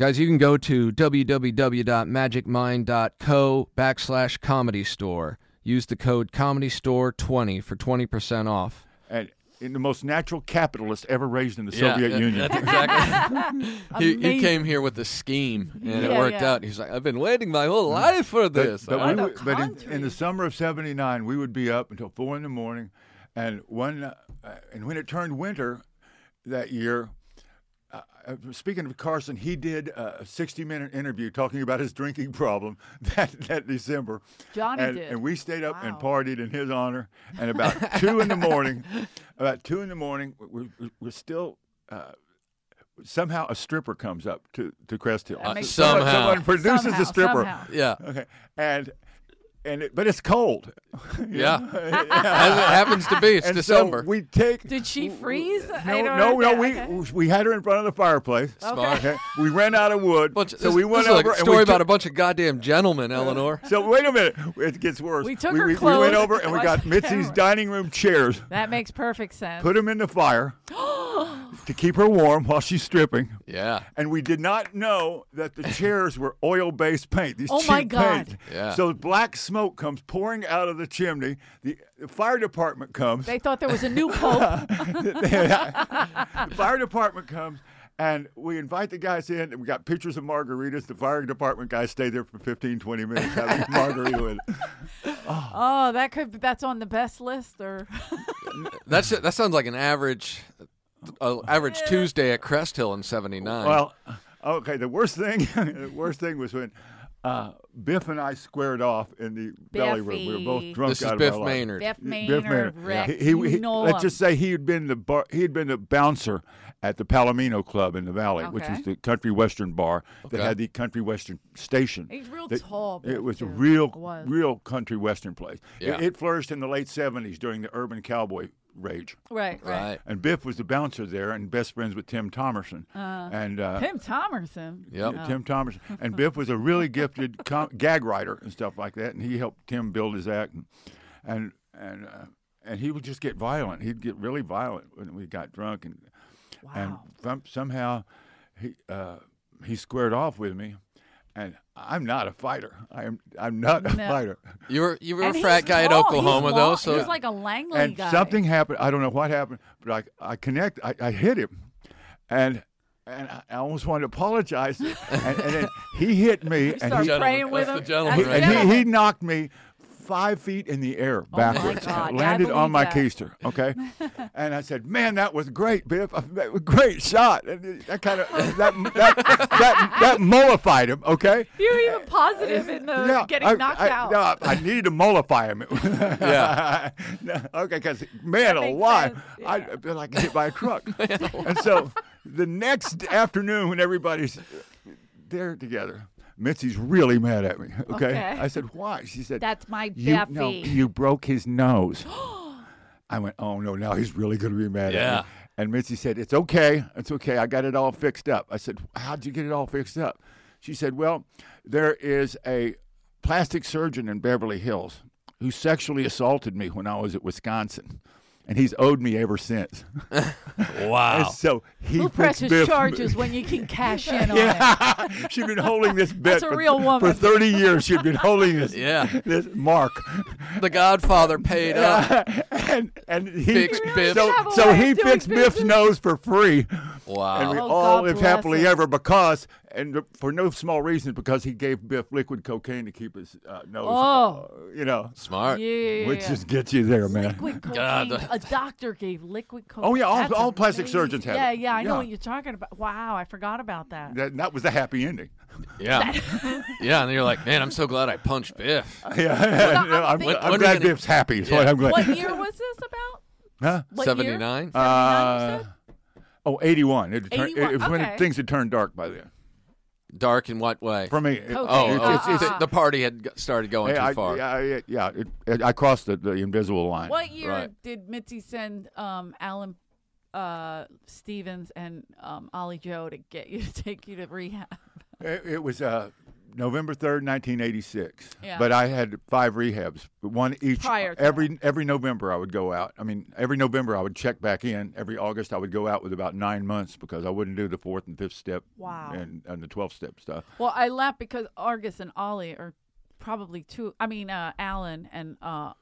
C: Guys, you can go to www.magicmind.co backslash comedy store. Use the code comedy store 20 for 20% off.
F: And in the most natural capitalist ever raised in the
C: Yeah,
F: Soviet
C: that-
F: Union.
C: He,
B: Amazing.
C: he came here with the scheme and it
B: Yeah,
C: worked
B: yeah.
C: out. He's like, I've been waiting my whole life for
F: Mm. But-
C: this.
F: But,
C: I-
F: we
B: the
F: would, but in,
B: country.
F: in the summer of '79, we would be up until four in the morning, and one, uh, and when it turned winter that year. Uh, uh, speaking of Carson, he did a 60-minute interview talking about his drinking problem that, that December.
B: Johnny
F: and,
B: did.
F: and we stayed up and
B: Wow.
F: partied in his honor. And about two in the morning, about two in the morning, we, we, we're still. Uh, somehow a stripper comes up to to Crest Hill. Uh,
B: That makes
F: Someone-
C: sense. Somehow.
F: someone produces
B: Somehow,
F: a stripper.
B: somehow.
C: yeah.
F: Okay, and and it, but it's cold. You
C: Yeah.
F: know? yeah.
C: As it happens to be, it's
F: and
C: December.
F: So we take.
B: Did she freeze? I
F: No,
B: don't
F: no, no.
B: understand.
F: We
B: Okay.
F: we had her in front of the fireplace.
C: Smart.
F: Okay, we ran out of wood,
C: Bunch-
F: so
C: this-
F: we went
C: this is
F: over.
C: Like a
F: and we
C: story about a
F: took-
C: bunch of goddamn gentlemen, Eleanor.
F: So wait a minute, it gets worse.
B: We took
F: we,
B: her
F: we,
B: clothes
F: went over and we
B: and
F: got
B: watched the
F: Mitzi's
B: camera.
F: dining room chairs,
B: That makes perfect sense.
F: put them in the fire to keep her warm while she's stripping.
C: Yeah.
F: and we did not know that the chairs were oil-based paint. These
B: Oh,
F: cheap
B: my God.
F: paint.
C: Yeah.
F: So black smoke comes pouring out of the chimney. The, the fire department comes.
B: they thought there was a new pope.
F: the fire department comes. And we invite the guys in, and we got pictures of margaritas. The fire department guys stay there for 15, 20 minutes having a margarita with it.
B: oh, that could. That's on the best list, or
C: That's that sounds like an average uh, average Tuesday at Crest Hill in 79.
F: Well, okay, the worst thing the worst thing was when uh, Biff and I squared off in the belly room. We were both
B: Biffy.
F: drunk
C: this is
F: out
C: Biff
F: of our lives.
C: Maynard.
B: Biff
F: Biff
B: Maynard,
F: Maynard.
B: Rick.
F: He- he-
B: you
F: he-
B: know
F: let's
B: him.
F: just say he had been the bar, he had been the bouncer at the Palomino Club in the Valley, which
B: Okay.
F: was the country western bar that
C: Okay.
F: had the country western station.
B: He's real
F: that-
B: tall. Biff,
F: It was a
B: too.
F: real,
B: Was.
F: real country western place. It-
C: Yeah.
F: It, flourished in the late '70s during the urban cowboy rage.
B: Right, right.
C: Right.
F: And Biff was the bouncer there, and best friends with Tim Thomerson.
B: Uh-huh.
F: and uh,
B: Tim Thomerson. Oh,
C: Yep.
F: yeah, Tim Thomerson. And Biff was a really gifted com- gag writer and stuff like that, and he helped Tim build his act. And and and, uh, and he would just get violent. He'd get really violent when we got drunk, and and some- somehow he uh, he squared off with me. And I'm not a fighter. I'm I'm not a
B: No.
F: fighter.
C: You were you were
B: And
C: a
B: he's
C: frat guy at
B: tall.
C: Oklahoma
B: he's
C: though,
B: long.
C: so
B: he's like a Langley
F: and
B: guy.
F: something happened. I don't know what happened, but I I connect. I, I hit him, and and I I almost wanted to apologize. and, and then he hit me, and
B: started
F: he,
C: Gentlemen,
B: praying with
C: that's
B: him.
C: the gentleman
B: That's
C: right
B: the
C: there.
F: and he, he
B: gentleman.
F: knocked me five feet in the air
B: my
F: backwards,
B: God. I
F: landed
B: believe
F: on my
B: that.
F: keister. Okay, and I said, "Man, that was great, Biff. That was a great shot." And that kind of that that, that that mollified him. Okay.
B: You're even positive in the getting
F: I,
B: knocked
F: I,
B: out.
F: No, I- I needed to mollify him.
C: Yeah.
F: No, okay, because man
B: makes
F: alive,
B: sense,
F: I I feel like hit by a truck. and so the next afternoon, when everybody's there together, Mitzi's really mad at me. Okay,
B: Okay.
F: I said, "Why?" She said,
B: That's my
F: you, no,
B: Beffy.
F: you broke his nose." I went, "Oh no, now he's really going to be mad
C: Yeah.
F: at me." And Mitzi said, "It's okay, it's okay. I got it all fixed up." I said, "How'd you get it all fixed up?" She said, "Well, there is a plastic surgeon in Beverly Hills who sexually assaulted me when I was at Wisconsin, and he's owed me ever since." And
C: wow.
F: so he
B: Who
F: puts
B: presses
F: Biff-
B: charges when you can cash in on it?
F: Yeah, she'd been holding this bet
B: a
F: for,
B: real woman.
F: for 30 years. She'd been holding this,
C: Yeah.
F: this mark.
C: The Godfather paid up.
F: Uh, and and he
C: Fixed Biff.
F: So,
B: Have a
F: so
B: way
F: he
B: of doing
F: fixed Biff's
B: business.
F: nose for free, and we
C: Wow.
B: Oh,
F: all
B: God
F: lived
B: bless
F: happily
B: him.
F: ever because, and for no small reason, because he gave Biff liquid cocaine to keep his uh, nose.
B: Oh.
F: uh, you know,
C: Smart.
B: Yeah.
F: which just gets you there, man.
B: liquid cocaine.
C: God,
B: A doctor gave liquid cocaine.
F: Oh, yeah, all-
B: That's
F: all plastic
B: amazing.
F: surgeons have
B: Yeah,
F: it.
B: yeah, I know
F: Yeah.
B: what you're talking about. Wow, I forgot about that.
F: That, that was the happy ending.
C: Yeah. yeah, and you're like, man, I'm so glad I punched Biff.
F: Yeah,
B: I'm
F: no, I'm,
B: thinking-
F: I'm
C: When are we
F: glad
C: gonna-
F: Biff's happy. Is what
C: Yeah.
F: I'm glad.
B: What year was this about?
F: Huh?
B: What year?
C: 79?
B: Seventy-nine,
F: Uh,
B: you said?
F: oh, 81. It, turned, it, it
B: 81,
F: was when
B: okay.
F: things had turned dark by then.
C: Dark in what way?
F: For me, it-
C: oh,
B: Okay,
F: it's-
C: oh,
F: it's- it's-
C: the- the party had g- started going
F: hey,
C: too
F: I,
C: far.
F: yeah, I- yeah, it, it- I crossed the, the invisible line.
B: What year
C: Right.
B: did Mitzi send um, Alan uh, Stevens and um, Ollie Joe to get you to take you to rehab?
F: It, it was uh, November 3rd, 1986.
B: Yeah.
F: But I had five rehabs, but one each.
B: Prior to
F: every every November I would go out. I mean, every November I would check back in. Every August I would go out with about nine months because I wouldn't do the fourth and fifth step
B: Wow.
F: and, and the 12th step stuff.
B: Well, I laugh because Argus and Ollie are probably two. I mean, uh, Alan and uh,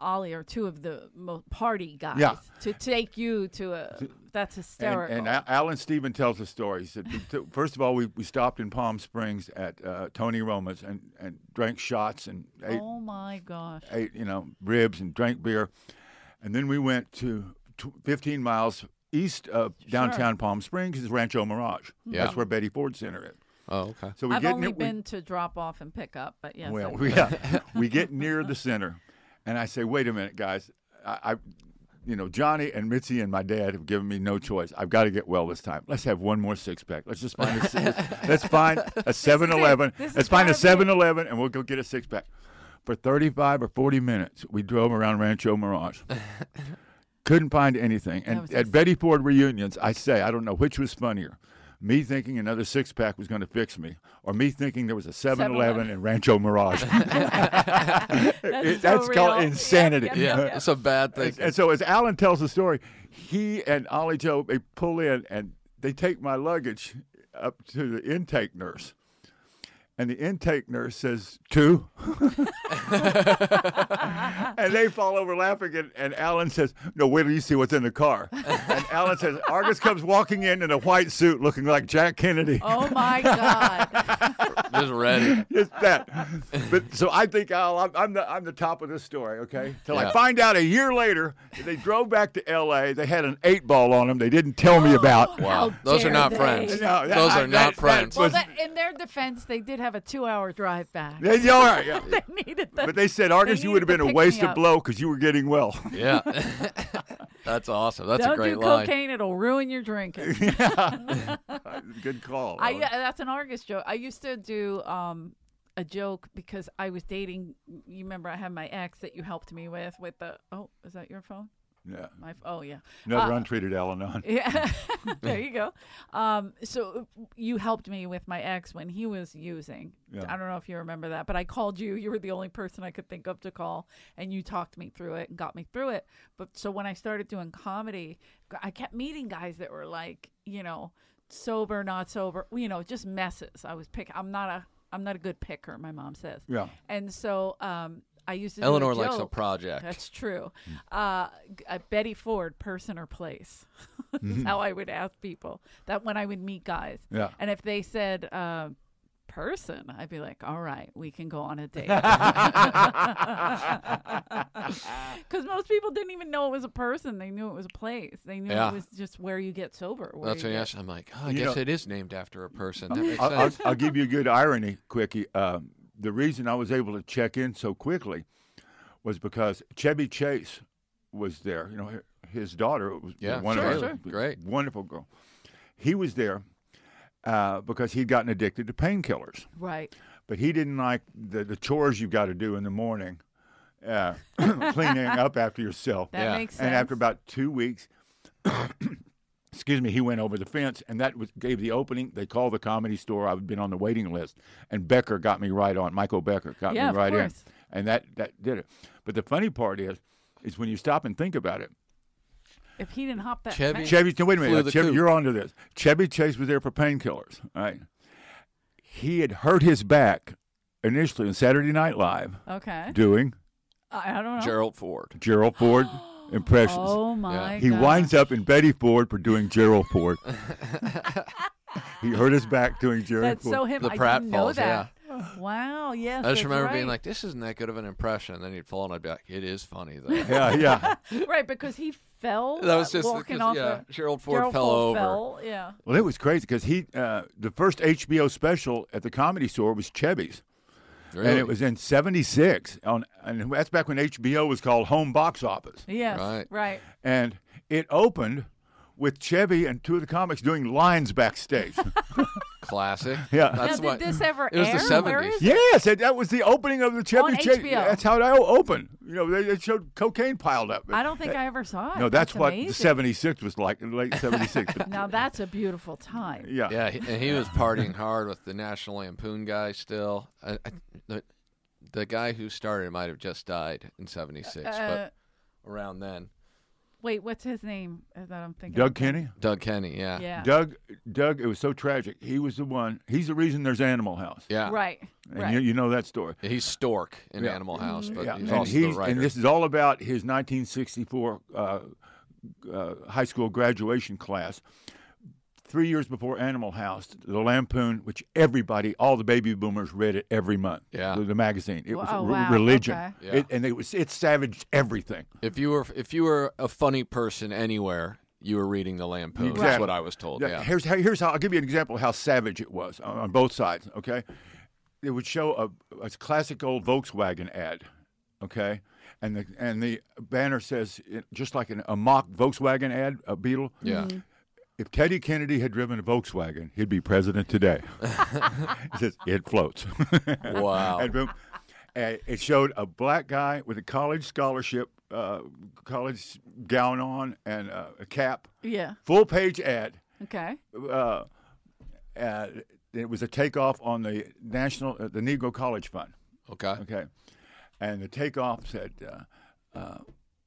B: Ollie are two of the most party guys.
F: Yeah.
B: To take you to a that's hysterical.
F: And, and Al- Alan Stephen tells a story. He said, we took- first of all, we, we stopped in Palm Springs at uh, Tony Roma's and, and drank shots and ate,
B: oh my gosh!
F: ate, you know, ribs and drank beer. And then we went to tw 15 miles east of downtown Palm Springs is Rancho Mirage.
C: Yeah.
F: That's where Betty Ford Center is.
C: Oh, okay.
F: So we
B: I've
F: get
B: only
F: ne- we-
B: been to drop off and pick up, but yes.
F: well,
B: I-
F: we, yeah, we get near the center, and I say, "Wait a minute, guys! I, I, you know, Johnny and Mitzi and my dad have given me no choice. I've got to get well this time. Let's have one more six pack. Let's just find a, si- let's, let's find a Seven Eleven.
B: This is
F: Let's find a
B: gotta be it.
F: Seven Eleven, and we'll go get a six pack." For 35 or 40 minutes, we drove around Rancho Mirage. Couldn't find anything.
B: That was
F: And
B: insane.
F: at Betty Ford reunions, I say, I don't know which was funnier. Me thinking another six pack was going to fix me, or me thinking there was a 7 Eleven in Rancho Mirage.
B: That's,
F: It-
B: so
F: that's called
B: real.
F: insanity.
B: Yep, yep,
C: Yeah,
B: yep.
C: it's a bad thing.
F: And, and so, as Alan tells the story, he and Ollie Joe they pull in and they take my luggage up to the intake nurse, and the intake nurse says two, and they fall over laughing. And, and Alan says, "No, wait till you see what's in the car." And Alan says, "Argus comes walking in in a white suit, looking like Jack Kennedy."
B: Oh my god!
C: Just ready.
F: Just that. But so I think I'll, I'm, I'm the I'm the top of this story. Okay, till I
C: Yeah.
F: find out a year later that they drove back to L.A. They had an eight ball on them. They didn't tell
B: Oh.
F: me about.
C: Wow.
B: How
C: Those are
B: dare
C: not
B: they.
C: friends.
F: No, that-
C: Those
F: I-
C: are not
F: that- that-
C: friends.
B: Well,
F: Was-
B: that, in their defense, they did have a two-hour drive back.
F: They, yeah, all right, yeah.
B: needed that.
F: But they said, Argus,
B: They
F: you would have
B: needed
F: been
B: to
F: a
B: pick
F: waste
B: me
F: of
B: up.
F: blow because you were getting well.
C: yeah. That's awesome. That's
B: Don't
C: a great
B: do
C: line.
B: cocaine; it'll ruin your drinking.
F: Good call.
B: I,
F: Alan.
B: yeah, that's an Argus joke. I used to do um, a joke because I was dating. You remember I had my ex that you helped me with with the. Oh, is that your phone?
F: Yeah.
B: My f- oh yeah.
F: Another untreated Al-Anon.
B: Yeah, there you go. Um, so you helped me with my ex when he was using.
F: Yeah.
B: I don't know if you remember that, but I called you. You were the only person I could think of to call, and you talked me through it and got me through it. But so when I started doing comedy, I kept meeting guys that were like, you know, sober, not sober, you know, just messes. I was pick. I'm not a. I'm not a good picker. My mom says.
F: Yeah.
B: And so um, I used to. do
C: Eleanor
B: a
C: likes a
B: joke.
C: project.
B: That's true.
C: Mm.
B: Uh, g- uh, Betty Ford, person or place. That's
C: Mm-hmm.
B: how I would ask people that when I would meet guys.
F: Yeah.
B: And if they said uh, person, I'd be like, all right, we can go on a date. Because most people didn't even know it was a person. They knew it was a place. They knew
C: Yeah.
B: it was just where you get sober. where
C: That's
B: you
C: what
B: get-
C: I asked. I'm like, oh, I
F: You
C: guess
F: know-
C: it is named after a person. That makes
F: I'll, I'll,
C: sense.
F: I'll give you a good irony, quickie. Um, the reason I was able to check in so quickly was because Chevy Chase was there. You know, hi- his daughter was
C: Yeah,
F: one of
C: sure,
F: our-
C: sure. Great.
F: wonderful girl. He was there uh, because he'd gotten addicted to painkillers,
B: Right.
F: but he didn't like the, the chores you've got to do in the morning, uh, cleaning up after yourself.
B: That
C: Yeah.
B: makes sense.
F: And after about two weeks, excuse me, he went over the fence, and that was, gave the opening. They called the comedy store. I've been on the waiting list, and Becker got me right on. Michael Becker got
B: Yeah, of
F: me right in,
B: course.
F: and that that did it. But the funny part is, is when you stop and think about it.
B: if he didn't hop that
C: Chevy-
B: fence-
F: Chevy, wait a
C: Flew
F: minute,
C: the
F: now, Chevy,
C: coop.
F: you're onto this. Chevy Chase was there for painkillers, right? He had hurt his back initially on Saturday Night Live
B: Okay.
F: doing
B: I, I don't know.
C: Gerald Ford.
F: Gerald Ford impressions.
B: Oh my
F: He
B: gosh.
F: winds up in Betty Ford for doing Gerald Ford. he hurt his back doing Gerald
B: That's
F: Ford.
B: so him.
C: The
B: I
C: Pratt
B: didn't know
C: Falls,
B: that. Wow. Yes.
C: I just
B: that's
C: remember
B: right.
C: being like, this isn't that good of an impression. And then he'd fall, and I'd be like, it is funny, though.
F: yeah, yeah.
B: right because he fell.
C: That was
B: uh,
C: just
B: walking
C: because,
B: off.
C: yeah,
B: a-
C: Gerald Ford
B: Gerald
C: fell
B: Ford
C: over.
B: fell, Yeah.
F: Well, it was crazy because he uh, the first HBO special at the Comedy Store was Chevy's, and
C: Really?
F: it was in '76. On and that's back when HBO was called Home Box Office,
B: Yes. Right.
C: Right.
F: and it opened with Chevy and two of the comics doing lines backstage.
C: classic.
F: Yeah.
C: That's
B: now,
C: what.
B: did this ever
C: it was the
B: air? Where
C: 70s.
B: is it?
F: yes, and that was the opening of the Chevy
B: On
F: Chase.
B: HBO.
F: That's how it opened. You know, they, they showed cocaine piled up.
B: I don't think I ever saw it.
F: No, that's, what the
B: amazing.
F: 76 was like, late 76. But-
B: Now that's a beautiful time.
F: yeah.
C: yeah, he- and he was partying hard with the National Lampoon guy still. I, I, the, the guy who started it might have just died in 76,
B: Uh,
C: but around then.
B: wait, what's his name uh, that I'm thinking?
F: Doug
B: of?
F: Kenny?
C: Doug Kenny, yeah.
B: Yeah.
F: Doug, Doug, it was so tragic. He was the one, he's the reason there's Animal House.
C: Yeah.
B: Right.
F: And
B: right.
F: you, you know that story.
C: He's Stork in
F: Yeah. Mm-hmm.
C: Animal House, but
F: yeah.
C: he's
F: and,
C: also the writer.
F: and this is all about his 1964 uh, uh, high school graduation class. Three years before Animal House, the Lampoon, which everybody, all the baby boomers read it every month.
C: Yeah.
F: The, the magazine. It
B: Well,
F: was
B: oh,
F: re-
B: wow,
F: religion.
B: okay.
C: Yeah.
F: It, and it was it savaged everything.
C: If you were if you were a funny person anywhere, you were reading the Lampoon. That's
F: Exactly.
C: what I was told.
F: Yeah,
C: Yeah.
F: Here's how, here's how I'll give you an example of how savage it was on, on both sides. Okay, it would show a, a classic old Volkswagen ad. Okay, and the and the banner says it, just like an, a mock Volkswagen ad, a Beetle.
C: Yeah.
F: If Teddy Kennedy had driven a Volkswagen, he'd be president today. it says it floats.
C: Wow.
F: and boom. And it showed a black guy with a college scholarship, uh, college gown on, and uh, a cap.
B: Yeah.
F: Full page ad
B: Okay.
F: uh, uh, it was a takeoff on the national, uh, the Negro College Fund.
C: Okay.
F: Okay, and the takeoff said, uh, uh,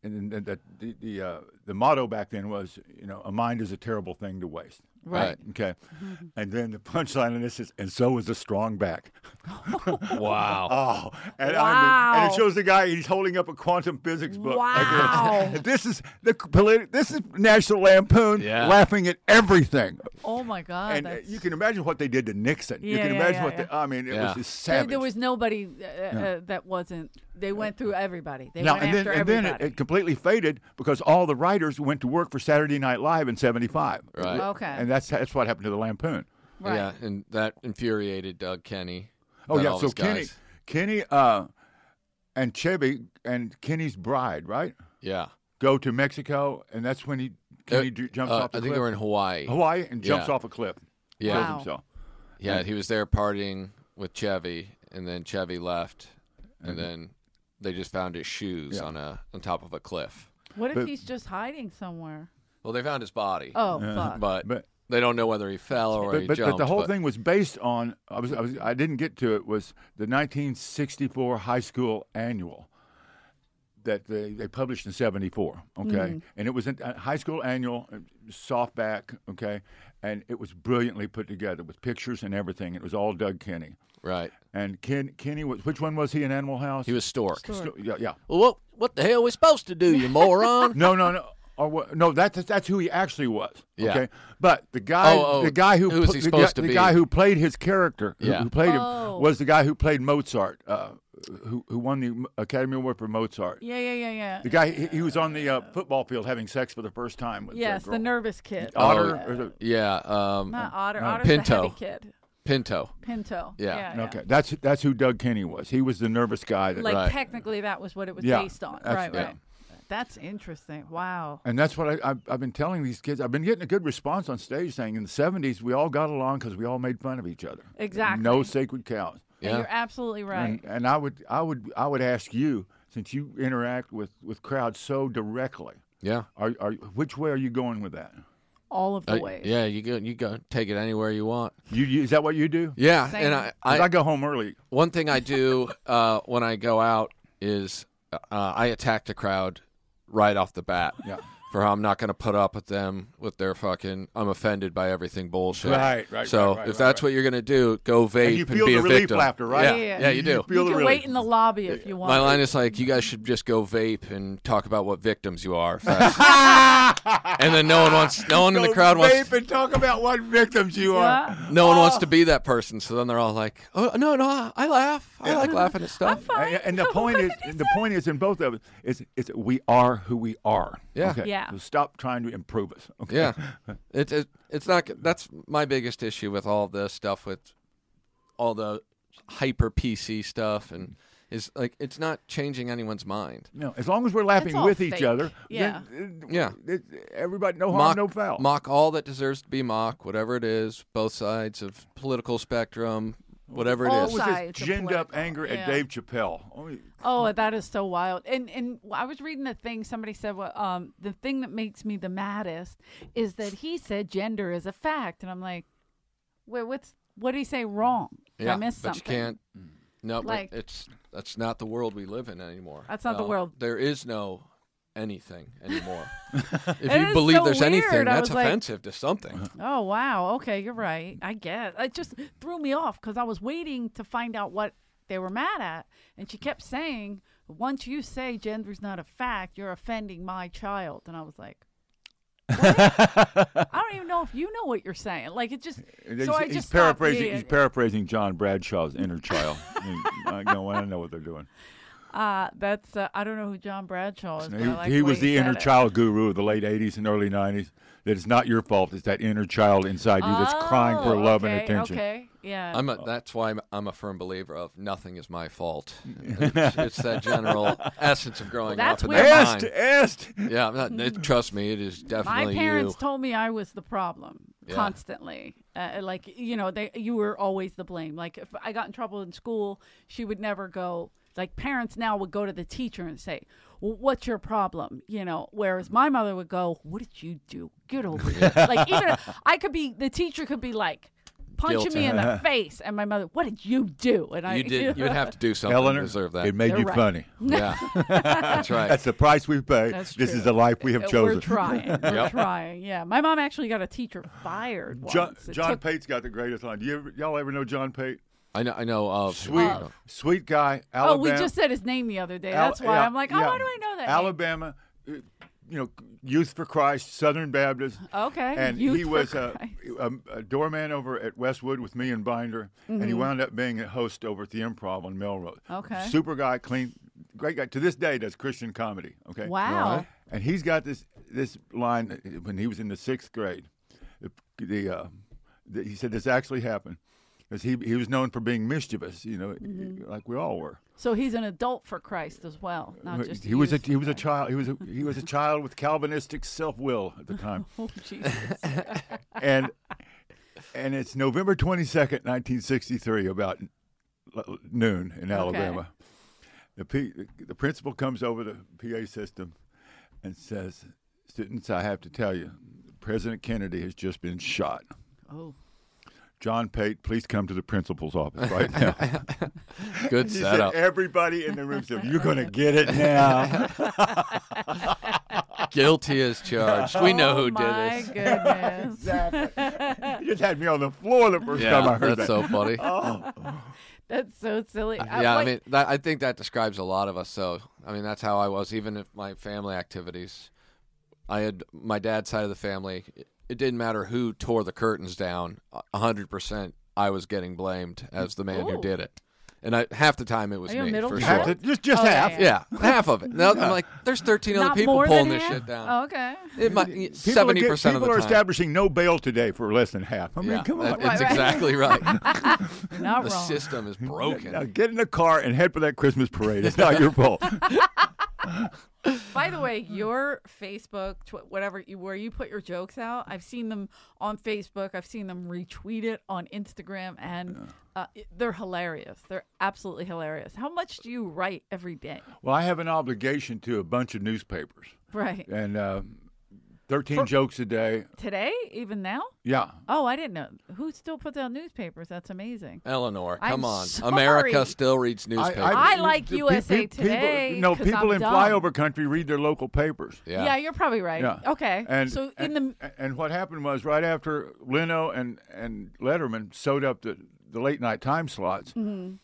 F: and then the the the, uh, the motto back then was, you know, a mind is a terrible thing to waste.
B: Right.
F: Okay, and then the punchline in this is, and so is a strong back.
C: Wow.
F: Oh, and I mean, and
B: Wow.
F: it shows the guy he's holding up a quantum physics book.
B: Wow.
F: this is the politi- This is National Lampoon
C: Yeah.
F: laughing at everything
B: Oh my God.
F: and uh,
B: that's-
F: you can imagine what they did to Nixon. you
B: Yeah,
F: can
B: yeah,
F: imagine
B: yeah,
F: what
B: yeah.
F: they, I mean. It
C: Yeah.
F: was just
B: there,
F: savage.
B: there was nobody uh, uh, that wasn't. They
C: Uh,
B: went through everybody. They
F: now
B: went
F: and then,
B: after
F: and then
B: everybody.
F: it, it completely faded because all the writers went to work for Saturday Night Live in '75.
C: Right.
B: Okay.
F: And that's that's what happened to the Lampoon.
B: right.
C: Yeah, and that infuriated Doug Kenny.
F: Oh
C: and
F: yeah.
C: all
F: So
C: his
F: Kenny,
C: guys.
F: Kenny, uh, and Chevy and Kenny's bride, right?
C: Yeah.
F: Go to Mexico, and that's when he Kenny
C: Uh,
F: ju- jumps
C: uh,
F: off. The
C: I
F: cliff.
C: think they were in Hawaii.
F: Hawaii and jumps
C: Yeah.
F: off a cliff.
C: Yeah.
F: Kills
B: Wow.
F: himself.
C: Yeah, he was there partying with Chevy, and then
F: Mm-hmm.
C: Chevy left, and then they just found his shoes on a on top of a cliff.
B: What if
F: But-
B: he's just hiding somewhere?
C: Well, they found his body,
B: Oh,
F: Yeah.
B: fuck.
C: but,
F: But-
C: they don't know whether he fell or
F: But,
C: he
F: but,
C: jumped.
F: but the whole thing was based on I was, I was I didn't get to it was the 1964 high school annual that they, they published in 74 okay and it was a a high school annual uh, softback okay and it was brilliantly put together with pictures and everything it was all Doug Kenny
C: right?
F: and Ken Kenny was which one was he in Animal House
C: He was Stork.
F: Sto- yeah yeah
C: Well, what what the hell are we supposed to do, you moron?
F: no no no or wha- no, that's that's who he actually was.
C: Yeah.
F: Okay, but the guy,
C: Oh, oh,
F: the guy who,
C: who was
F: pl-
C: he
F: the,
C: supposed
F: guy,
C: to
F: the
C: be?
F: guy who played his character, who,
C: Yeah.
F: who played
B: Oh.
F: him, was the guy who played Mozart, uh, who who won the Academy Award for Mozart.
B: yeah, yeah, yeah, yeah.
F: The guy, he, he was on the uh, football field having sex for the first time. With
B: yes,
F: the,
B: the
F: girl.
B: nervous kid.
F: Otter.
B: Yeah.
F: or the-
C: yeah, um,
B: Not otter.
F: no.
B: Otter's the heavy
C: Pinto.
B: kid.
C: Pinto.
B: Pinto.
C: Yeah.
B: yeah,
F: Okay, that's that's who Doug Kenny was. He was the nervous guy. That,
B: Like
C: Right.
B: technically, that was what it was
F: Yeah,
B: based on.
F: that's-
B: Right,
F: yeah.
B: right. That's interesting. Wow.
F: And that's what I, I've, I've been telling these kids. I've been getting a good response on stage saying in the 70s, we all got along because we all made fun of each other.
B: Exactly.
F: No sacred cows.
B: And
C: Yeah.
B: you're absolutely right.
F: And, and I would, I would, I would ask you, since you interact with with crowds so directly,
C: Yeah.
F: are, are which way are you going with that?
B: All of the
C: Uh,
B: ways.
C: yeah, you go, you go, take it anywhere you want.
F: You, you is that what you do?
C: Yeah,
B: Same.
C: and I,
F: 'Cause
C: I,
F: I go home early.
C: one thing I do uh, when I go out is uh, I attack the crowd right off the bat.
F: Yeah.
C: For how I'm not going to put up with them with their fucking I'm offended by everything bullshit.
F: Right, right,
C: So
F: right, right,
C: if that's
F: right,
C: what you're going to do, go vape
F: And
C: and,
F: you feel
C: be
F: the
C: a
F: relief
C: victim.
F: laughter, right?
C: Yeah,
B: Yeah.
C: yeah, you do.
B: You
F: Feel the
B: can
F: relief.
B: wait in the lobby if you want.
C: My line is like, you guys should just go vape and talk about what victims you are. Fast. and then no one wants, no one in the
F: Go
C: crowd
F: vape
C: wants,
F: and talk about what victims you are.
B: Yeah.
C: no one wants to be that person. So then they're all like, oh no, no, I laugh. I like laughing at stuff.
F: And, and the point is, the point is in both of us is, is we are who we are.
C: Yeah.
F: Okay?
B: Yeah.
F: So stop trying to improve us. Okay.
C: Yeah, it's it, it's not. That's my biggest issue with all this stuff with all the hyper PC stuff, and is like it's not changing anyone's mind.
F: No, as long as we're laughing
B: all
F: with
B: fake.
F: each other,
B: Yeah.
F: then, uh,
C: Yeah.
F: it- everybody, no harm,
C: mock
F: no foul.
C: mock all that deserves to be mock, whatever it is, both sides of political spectrum, whatever it
B: All
C: is.
F: What was this
B: sides of
F: ginned up
B: political.
F: anger
B: Yeah.
F: at Dave Chappelle? Oh,
B: Oh, that is so wild. And and I was reading a thing. Somebody said, well, um, the thing that makes me the maddest is that he said gender is a fact, and I'm like, wait, what's what did he say wrong? Did
C: yeah,
B: I missed
C: but
B: something.
C: you can't. Mm. No, but
B: Like-
C: it's that's not the world we live in anymore.
B: That's not the
C: Uh,
B: world.
C: There is no anything anymore. if
B: It
C: you
B: is
C: believe
B: so
C: there's anything,
B: weird. I
C: that's
B: was like-
C: offensive to something.
B: Oh wow. Okay, you're right. I guess it just threw me off because I was waiting to find out what they were mad at, and she kept saying, "Once you say gender's not a fact, you're offending my child." And I was like, what? "I don't even know if you know what you're saying." Like it just.
F: he's,
B: so I
F: he's
B: just stopped
F: paraphrasing. He's
B: reading.
F: paraphrasing John Bradshaw's inner child. I know, I know what they're doing.
B: Uh, that's uh, I don't know who John Bradshaw is.
F: He,
B: but I like
F: he
B: way
F: was the
B: said
F: inner
B: it.
F: child guru of the late '80s and early '90s. That it's not your fault. It's that inner child inside you that's crying for
B: Oh,
F: love and
B: okay,
F: attention.
B: Okay, yeah.
C: I'm a, that's why I'm, I'm a firm believer of nothing is my fault. it's, it's that general essence of
B: Well,
C: growing
B: that's
C: up. in
B: weird.
C: that
F: Est,
C: mind.
F: est.
C: Yeah, I'm not, it, trust me, it is
B: My
C: definitely
B: parents
C: you.
B: told me I was the problem
C: Yeah.
B: constantly. Uh, like you know, they you were always the blame. Like if I got in trouble in school, she would never go. Like parents now would go to the teacher and say, well, "What's your problem?" You know, whereas my mother would go, "What did you do? Get over here!" like even I could be the teacher could be like punching
C: Guilty.
B: me in the face, and my mother, "What did you do?" And I
C: you did. You would have to do something
F: Eleanor,
C: to deserve that.
F: it made
B: They're
F: you
B: right.
F: funny.
C: yeah, that's right.
F: That's the price we pay.
B: That's
F: this
B: true.
F: is the life we have
B: Uh,
F: chosen.
B: We're trying. We're trying. Yeah, my mom actually got a teacher fired. Once.
F: John,
B: It
F: John
B: took-
F: Pate's got the greatest line. Do you ever, y'all ever know John Pate?
C: I know. I know. Of
F: Sweet, sweet guy. Alabama.
B: oh, we just said his name the other day.
F: Al-
B: That's why
F: yeah,
B: I'm like, oh,
F: yeah.
B: why do I know that? name?
F: Alabama, uh, you know, Youth for Christ, Southern Baptist.
B: Okay,
F: And
B: Youth
F: he
B: for
F: was uh, a,
B: Christ.
F: a, a doorman over at Westwood with me and Binder, and he wound up being a host over at the Improv on Melrose.
B: Mm-hmm. Okay.
F: Super guy, clean, great guy. To this day, does Christian comedy. Okay.
B: Wow. Right.
F: And he's got this this line that when he was in the sixth grade. The, the, uh, the- he said this actually happened because he he was known for being mischievous, you know,
B: Mm-hmm.
F: like we all were.
B: So he's an adult for Christ as well, not
F: Well,
B: just.
F: he was a
B: youth.
F: he was a child he was a, he was a child with Calvinistic self will at the time,
B: Oh Jesus!
F: and and it's November twenty second, nineteen sixty three, about l- noon in Alabama. The P, the principal comes over the PA system, and says, Students, I have to tell you, President Kennedy has just been shot.
B: Oh,
F: John Pate, please come to the principal's office right now.
C: Good
F: He said,
C: setup.
F: Everybody in the room said, You're going to get it now.
C: Guilty as charged. We know
B: oh
C: who did
B: my
C: this.
B: goodness.
F: He just had me on the floor the first time I
C: Yeah,
F: heard
C: that's so
F: that.
C: funny.
F: Oh,
B: That's so silly. I-
C: yeah, I
B: like-
C: mean, that, I think that describes a lot of us. So, I mean, that's how I was. Even if my family activities, I had my dad's side of the family. It, it didn't matter who tore the curtains down. a hundred percent, I was getting blamed as the man
B: Ooh.
C: who did it. And I, half the time, it was
B: Are you a
C: me
B: middle
C: for
F: You
B: child?
F: have
C: sure.
F: to- just just
B: Oh, yeah,
F: half.
B: yeah.
C: Yeah, half of it. Now I'm like, there's 13 other
B: Not
C: people
B: more
C: pulling
B: than
C: this
B: half?
C: shit down.
B: Oh, okay.
C: It might
F: People are
C: seventy
F: get-
C: percent of the
F: People are
C: time.
F: establishing no bail today for less than half. I mean,
C: yeah,
F: come on.
C: that- it's exactly right.
B: You're not
C: the
B: wrong.
C: system is
F: Now
C: broken.
F: get in the car and head for that Christmas parade. It's not your fault.
B: By the way, your Facebook, tw- whatever you where you put your jokes out, I've seen them on Facebook. I've seen them retweet it on Instagram, and uh, it- they're hilarious. They're absolutely hilarious. How much do you write every day?
F: well, I have an obligation to a bunch of newspapers
B: Right
F: and uh, 13 jokes a day.
B: today, even now?
F: Yeah.
B: Oh, I didn't know. Who still puts out newspapers? That's amazing.
C: Eleanor,
B: I'm
C: come on.
B: sorry.
C: America still reads newspapers.
B: I like
F: the pe-
B: USA
F: pe- people-
B: Today
F: No,
B: 'cause
F: people
B: I'm
F: in
B: dumb.
F: flyover country read their local papers.
B: Yeah, you're probably right.
F: Yeah.
B: Okay.
F: And
B: so
F: and,
B: in
F: and what happened was right after Leno and and Letterman sewed up the the late night time slots.
B: Mm-hmm.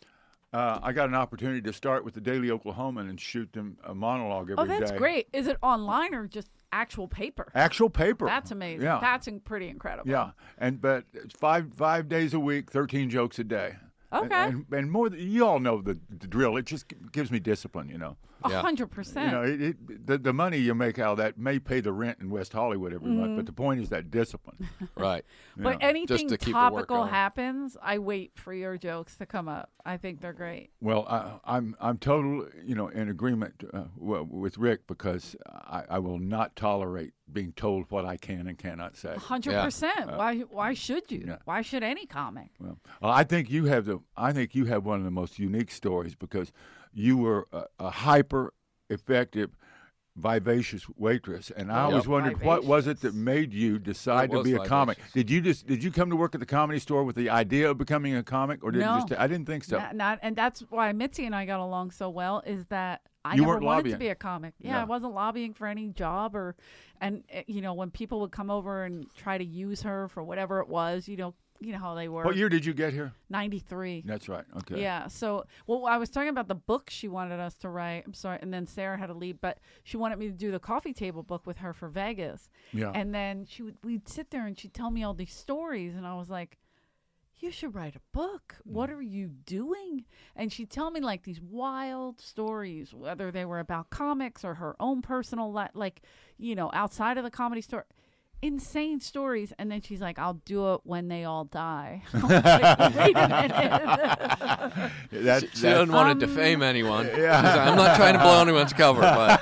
F: Uh, I got an opportunity to start with the Daily Oklahoman and shoot them a monologue every
B: the
F: day.
B: oh, that's great. Is it online or just actual paper?
F: Actual paper.
B: That's amazing.
F: Yeah.
B: That's in- pretty incredible.
F: yeah. And but it's five five days a week, thirteen jokes a day. And-
B: Okay.
F: And, and, more, than, you all know the, the drill. It just g- gives me discipline, you know.
B: A
C: Yeah.
B: hundred
F: You
B: percent.
F: know, it, it, the, the money you make out of that may pay the rent in West Hollywood every month, but the point is that discipline.
C: right.
B: Mm-hmm. But anything
C: to keep the work
B: topical
C: going.
B: happens, I wait for your jokes to come up. I think they're great.
F: Well, I, I'm I'm total, you know, in agreement uh, w- with Rick because I, I will not tolerate being told what I can and cannot say.
B: A hundred percent. Why? Why should you?
F: yeah.
B: Why should any comic?
F: Well, I think you have the I think you have one of the most unique stories because you were a, a hyper effective, vivacious waitress, and I always
C: Yep.
F: wondered what was it that made you decide
C: It
F: to
C: was
F: be a comic?
C: vivacious.
F: Did you just did you come to work at the comedy store with the idea of becoming a comic, or did
B: No.
F: you just? I didn't think so.
B: Not, not- and that's why Mitzi and I got along so well is that I
F: You
B: never
F: weren't
B: wanted to
F: lobbying.
B: be a comic. Yeah, I
F: No.
B: wasn't lobbying for any job or, and uh, you know when people would come over and try to use her for whatever it was, you know, you know how they were.
F: What year did you get here?
B: Ninety three.
F: That's right. Okay.
B: Yeah. So, well, I was talking about the book she wanted us to write. I'm sorry. And then Sarah had to leave, but she wanted me to do the coffee table book with her for Vegas.
F: Yeah.
B: And then she would, we'd sit there and she'd tell me all these stories. And I was like, you should write a book.
F: Mm.
B: What are you doing? And she'd tell me like these wild stories, whether they were about comics or her own personal life, like, you know, outside of the comedy store. Insane stories, and then she's like, "I'll do it when they all die." I was like, Wait a minute.
F: That,
C: She
F: that-
C: doesn't want to defame anyone. She's like, I'm not trying to blow anyone's cover, but if